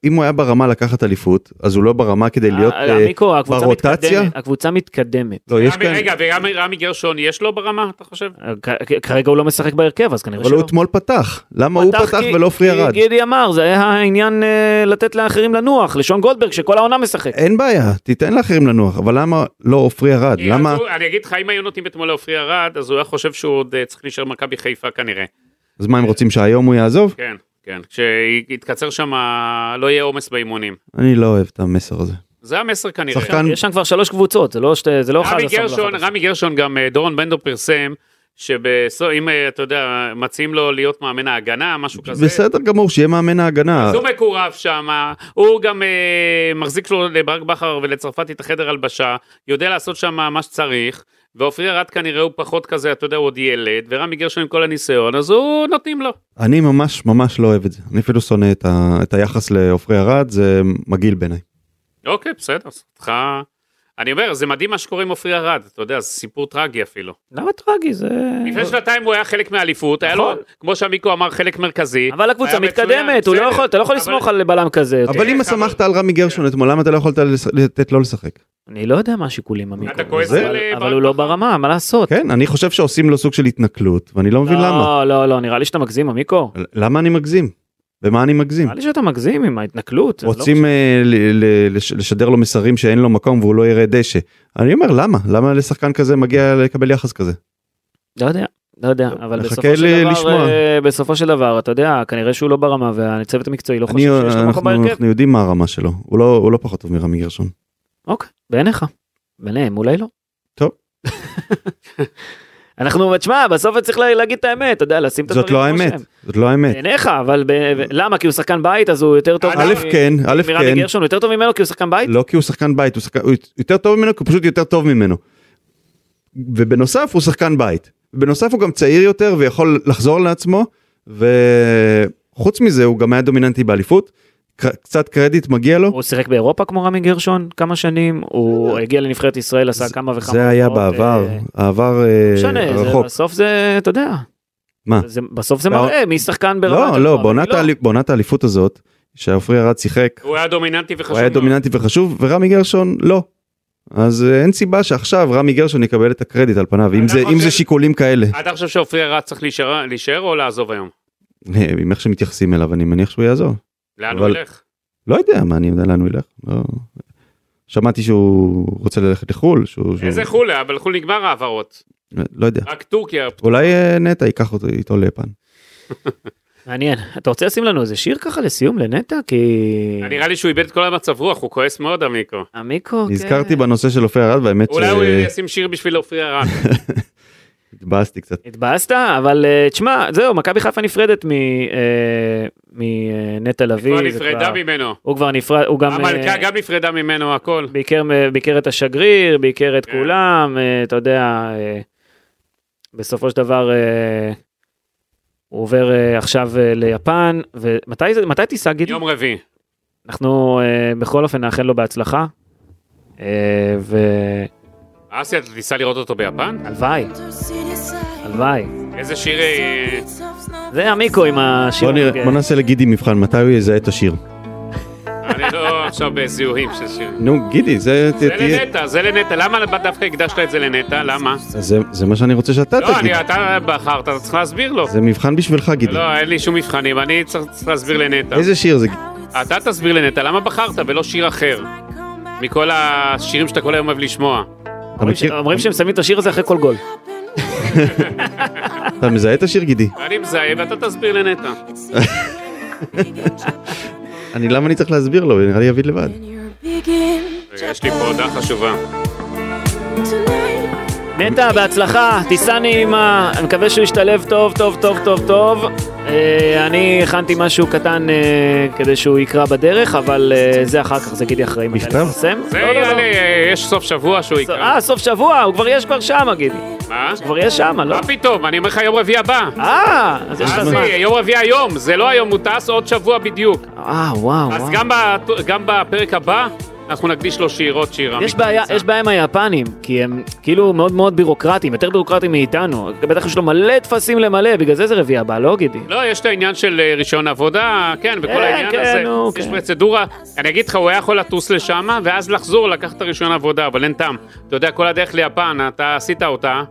C: אם הוא היה ברמה לקחת אליפות אז הוא לא ברמה כדי להיות
B: אה,
C: אה,
B: עמיקו, הקבוצה
C: ברוטציה?
B: מתקדמת, הקבוצה מתקדמת.
C: לא יש
D: רמי,
C: כאן
D: רגע, ורמי רמי גרשון יש לו ברמה, אתה חושב?
B: אה, כ- כרגע הוא לא משחק בהרכב אז כנראה
C: כן. אבל
B: שלא.
C: הוא אתמול פתח למה הוא פתח
B: כי-
C: ולא פרי
B: כי
C: ירד
B: גידי אמר זה היה עניין אה, לתת לאחרים לנוח לשון גולדברג שכל העונה משחק.
C: אין בעיה תיתן לאחרים לנוח אבל למה לא עופרי ירד
D: כי
C: למה
D: אז הוא- אני אגיד לך, אם היו נותנים אתמול לעופרי ארד, אז הוא היה חושב שהוא עוד אה, צריך להישאר במכבי חיפה כנראה.
C: אז מה הם רוצים שהיום הוא יעזוב
D: כן, כן. כשיתקצר שם, ה- לא יהיה עומס באימונים.
C: אני לא אוהב את המסר הזה
D: זה המסר כנראה.
C: שחקן
B: יש שם כבר שלוש קבוצות זה לא שתי זה לא אחד
D: רמי גרשון, רמי גרשון גם אה, דורון בנדו פרסם. שאם אתה יודע מציעים לו להיות מאמן ההגנה משהו כזה
C: בסדר גמור שיהיה מאמן ההגנה
D: אז הוא מקורב שם, הוא גם אה, מחזיק לו לברק בכר ולצרפתי את החדר הלבשה, יודע לעשות שם מה שצריך, ועופרי ארד כנראה הוא פחות כזה, אתה יודע, הוא עוד ילד, ורמי גרשון עם כל הניסיון, אז הוא נותנים לו.
C: אני ממש ממש לא אוהב את זה אני אפילו שונא את, ה... את היחס לעופרי ארד זה מגעיל בעיניי.
D: אוקיי, בסדר, אז אותך... אני אומר, זה מדהים מה שקורה עם עופרי ארד, אתה יודע, זה סיפור טרגי אפילו.
B: למה טרגי זה.
D: לפני שנתיים הוא היה חלק מהאליפות, היה לו,
B: נכון.
D: כמו שעמיקו אמר, חלק מרכזי.
B: אבל הקבוצה
D: היה
B: מתקדמת הוא
D: מצוין,
B: לא יכול אתה לא יכול
D: בסדר,
B: לסמוך על בלם כזה. יותר.
C: אבל אם
D: כמה-
C: סמכת על רמי
B: כן.
C: גרשון אתמול למה אתה לא יכולת לס- לתת לו לשחק?
B: אני לא יודע מה השיקולים עמיקו.
D: אתה כועס
B: אבל-
D: על, אה,
B: אבל
D: ברק
B: הוא לא
D: בכר?
B: ברמה מה לעשות.
C: כן אני חושב שעושים לו סוג של התנכלות ואני לא מבין למה.
B: אוקיי. לא לא לא נראה לי שאתה מגזים עמיקו.
C: למה אני מגזים? במה אני מגזים?
B: נראה לי שאתה מגזים עם ההתנכלות. זה לא-
C: רוצים אה, ל- ל- לש- לשדר לו מסרים שאין לו מקום והוא לא יראה דשא. אני אומר למה? למה לשחקן כזה מגיע לקבל יחס כזה?
B: לא יודע, לא יודע, אבל
C: נחכה
B: בסופו של
C: ל-
B: דבר,
C: לשמוע.
B: אה, בסופו של דבר, אתה יודע, כנראה שהוא לא ברמה והצוות המקצועי לא חושב
C: אני,
B: שיש לו מקום
C: אנחנו,
B: בהרכב.
C: אנחנו יודעים מה הרמה שלו הוא לא, הוא לא פחות טוב מרמי גרשון.
B: אוקיי, בעיניך, ביניהם אולי לא.
C: טוב.
B: אנחנו, תשמע, בסוף צריך לה- להגיד את האמת, אתה יודע, לשים את הדברים
C: זאת לא האמת
B: שהם.
C: זאת לא האמת.
B: בעיניך, אבל ב- ב- למה? כי הוא שחקן בית אז הוא יותר טוב.
D: א',
C: א'
B: מ-
C: כן א'
B: מרמי
C: כן
B: גרשון הוא יותר טוב ממנו כי הוא שחקן בית?
C: לא כי הוא שחקן בית, הוא, שחק... הוא יותר טוב ממנו כי הוא פשוט יותר טוב ממנו. ובנוסף הוא שחקן בית. בנוסף הוא גם צעיר יותר ויכול לחזור לעצמו, וחוץ מזה הוא גם היה דומיננטי באליפות. ק- קצת קרדיט מגיע לו,
B: הוא שיחק באירופה כמו רמי גרשון כמה שנים, הוא הגיע לנבחרת ישראל, עשה כמה וכמה...
C: זה היה
B: הופעות,
C: בעבר,
B: אה,
C: העבר אה,
B: משנה, זה
C: רחוק.
B: בסוף זה, אתה יודע.
C: מה?
B: זה, בסוף זה
C: לא.
B: מראה מי שחקן ברמת...
C: לא,
B: הגבוהה
C: לא,
B: ומי
C: בעונת האלי- בעונת האליפות הזאת, שעופרי ארד שיחק,
D: הוא היה דומיננטי וחשוב
C: הוא היה דומיננטי וחשוב, ורמי גרשון לא. אז אה, אין סיבה שעכשיו רמי גרשון יקבל את הקרדיט על פניו, אם
D: אני
C: זה-
B: נכון
C: אם
D: חושב-
C: זה שיקולים כאלה.
D: אתה חושב שעופרי ארד צריך להישאר, להישאר או לעזוב היום?
C: עם איך שמתייחסים אליו אני מניח שהוא יעזוב.
D: לאן הוא
C: אבל-
D: ילך?
C: לא יודע מה אני יודע לאן הוא ילך. לא. שמעתי שהוא רוצה ללכת לחו"ל שהוא שהוא-
D: איזה חולה, אבל חול נגמר ההעברות.
C: לא יודע
D: רק טורקיה.
C: אולי אה, נטע ייקח אותו איתו ליפן.
B: מעניין. אתה רוצה לשים לנו איזה שיר ככה לסיום לנטע? כי...
D: נראה לי שהוא איבד את כל המצב רוח, הוא כועס מאוד,
C: אה,
D: עמיקו.
B: עמיקו, כן.
C: נזכרתי בנושא של אופי ארד והאמת
D: אולי הוא
C: ש-
D: ישים שיר בשביל עופרי ארד.
C: התבאסתי קצת.
B: התבאסת, אבל אה, תשמע, זהו, מכבי חיפה נפרדת אה, מנטע לביא.
D: כבר
B: זה
D: נפרדה
B: כבר-
D: ממנו.
B: הוא כבר נפרד, הוא גם... אה,
D: המלכה גם נפרדה ממנו הכל.
B: ביקר, ביקר את השגריר, ביקר את
D: כן.
B: כולם, אה, אתה יודע, אה, בסופו של דבר אה, הוא עובר אה, עכשיו אה, ליפן, ומתי זה, מתי תיסע גידי?
D: יום רביעי.
B: אנחנו אה, בכל אופן נאחל לו בהצלחה, אה, והלוואי,
D: אסי, אתה תיסע לראות אותו ביפן?
B: הלוואי.
D: איזה שיר... אה,
B: זה המיקו עם השיר.
C: בוא נראה,
B: אה,
C: בוא נעשה לגידי מבחן, מתי הוא יזהה את השיר?
D: אני לא עכשיו בזיהויים של שיר.
C: נו, גידי, זה
D: זה
C: תהיה...
D: לנטע, זה לנטע. למה דווקא הקדשת את זה לנטע? למה?
C: זה- זה מה שאני רוצה שאתה
D: לא,
C: תגיד.
D: אני- אתה בחרת, אתה צריך להסביר לו.
C: זה מבחן בשבילך, גידי.
D: לא, אין לי שום מבחנים, אני צריך צריך להסביר לנטע.
C: איזה שיר זה?
D: אתה תסביר לנטע למה בחרת ולא שיר אחר מכל השירים שאתה כל היום אוהב לשמוע.
C: אתה
B: אומרים ש-
D: לא.
C: מכיר?
B: אומרים שהם שמים את השיר הזה אחרי כל גול.
C: אתה מזהה את השיר, גידי?
D: אני מזהה ואתה תסביר לנטע.
C: אני, למה אני צריך להסביר לו? נראה לי יבין לבד.
D: רגע, יש לי פה הודעה חשובה.
B: נטע, בהצלחה, טיסה נעימה, אני מקווה שהוא ישתלב טוב, טוב, טוב, טוב, טוב. אה, אני הכנתי משהו קטן אה, כדי שהוא יקרא בדרך, אבל אה, זה אחר כך, זה גידי אחראי מתי
C: בכתב?
B: לפרסם.
D: זה
B: לא, לא, לא.
D: יעלה, אה, יש סוף שבוע שהוא יקרא.
B: אה, סוף שבוע, הוא כבר יש כבר שמה, גידי.
D: מה?
B: כבר יש שמה, לא?
D: מה פתאום? אני אומר לך יום רביעי הבא.
B: אה, אז יש לך
D: אז
B: זמן.
D: אה, יום רביעי היום, זה לא היום, הוא טס עוד שבוע בדיוק.
B: אה, וואו,
D: אז
B: וואו.
D: גם ב- גם בפרק הבא, אנחנו נקדיש לו שיר, עוד שיר.
B: יש בעיה, יש בעיה עם היפנים, כי הם כאילו מאוד מאוד בירוקרטיים, יותר בירוקרטיים מאיתנו. בטח יש לו מלא טפסים למלא, בגלל זה זה רביעי הבא, לא גידי?
D: לא, יש את העניין של אה, רישיון עבודה, כן, וכל
B: כן,
D: העניין
B: כן,
D: הזה.
B: נו,
D: יש
B: כן.
D: פרוצדורה, אני אגיד לך, הוא היה יכול לטוס לשם, ואז לחזור, לקחת את הרישיון עבודה, אבל אין טעם. אתה יודע, כל הדרך ליפן, אתה עשית אותה,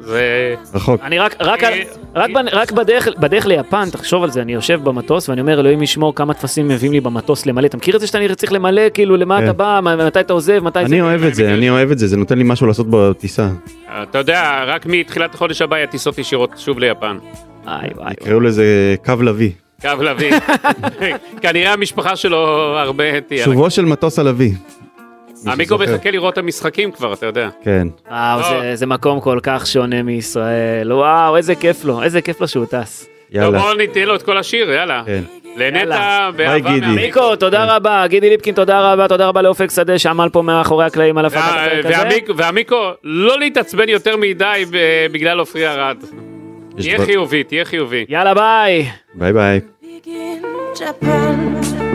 D: זה...
C: רחוק.
B: אני רק, רק, על-
D: אה,
B: רק, בנ- רק בדרך, בדרך ליפן, תחשוב על זה, אני יושב במטוס ואני אומר, אלוהים ישמור כמה טפסים מביאים לי במטוס למלא. אתה מכיר את זה שאתה צריך למלא, כאילו, למה
C: כן.
B: אתה בא, מה- מתי אתה עוזב, מתי זה...
C: אני אוהב את זה, אני אוהב את זה, זה נותן לי משהו לעשות בטיסה.
D: אתה יודע, רק מתחילת החודש הבא יהיה טיסות ישירות שוב ליפן.
B: איי, וואי,
C: יקראו לזה קו לביא.
D: קו לביא. כנראה המשפחה שלו הרבה תהיה.
C: שובו של מטוס הלביא.
D: המיקרו
C: זוכר.
D: מחכה לראות את המשחקים כבר, אתה יודע.
C: כן.
B: וואו,
D: טוב.
B: זה, זה מקום כל כך שונה מישראל, וואו, איזה כיף לו, איזה כיף לו שהוא טס.
D: טוב,
C: יאללה.
D: בואו ניתן לו את כל השיר, יאללה.
C: כן.
D: לנטע,
B: יאללה.
C: ביי,
D: באהבה
C: גידי.
D: מהמיקרו.
B: מיקו,
C: כן.
B: תודה רבה, גידי ליפקין, תודה רבה, תודה רבה לאופק שדה שעמל פה מאחורי הקלעים על הפעם.
D: וה- והמיק- והמיקרו, אה, לא להתעצבן יותר מדי ב- בגלל עופרי ארד.
C: יש
D: תהיה
C: דבר-
D: חיובי, תהיה חיובי.
B: יאללה, ביי.
C: ביי ביי.
E: Begin Japan.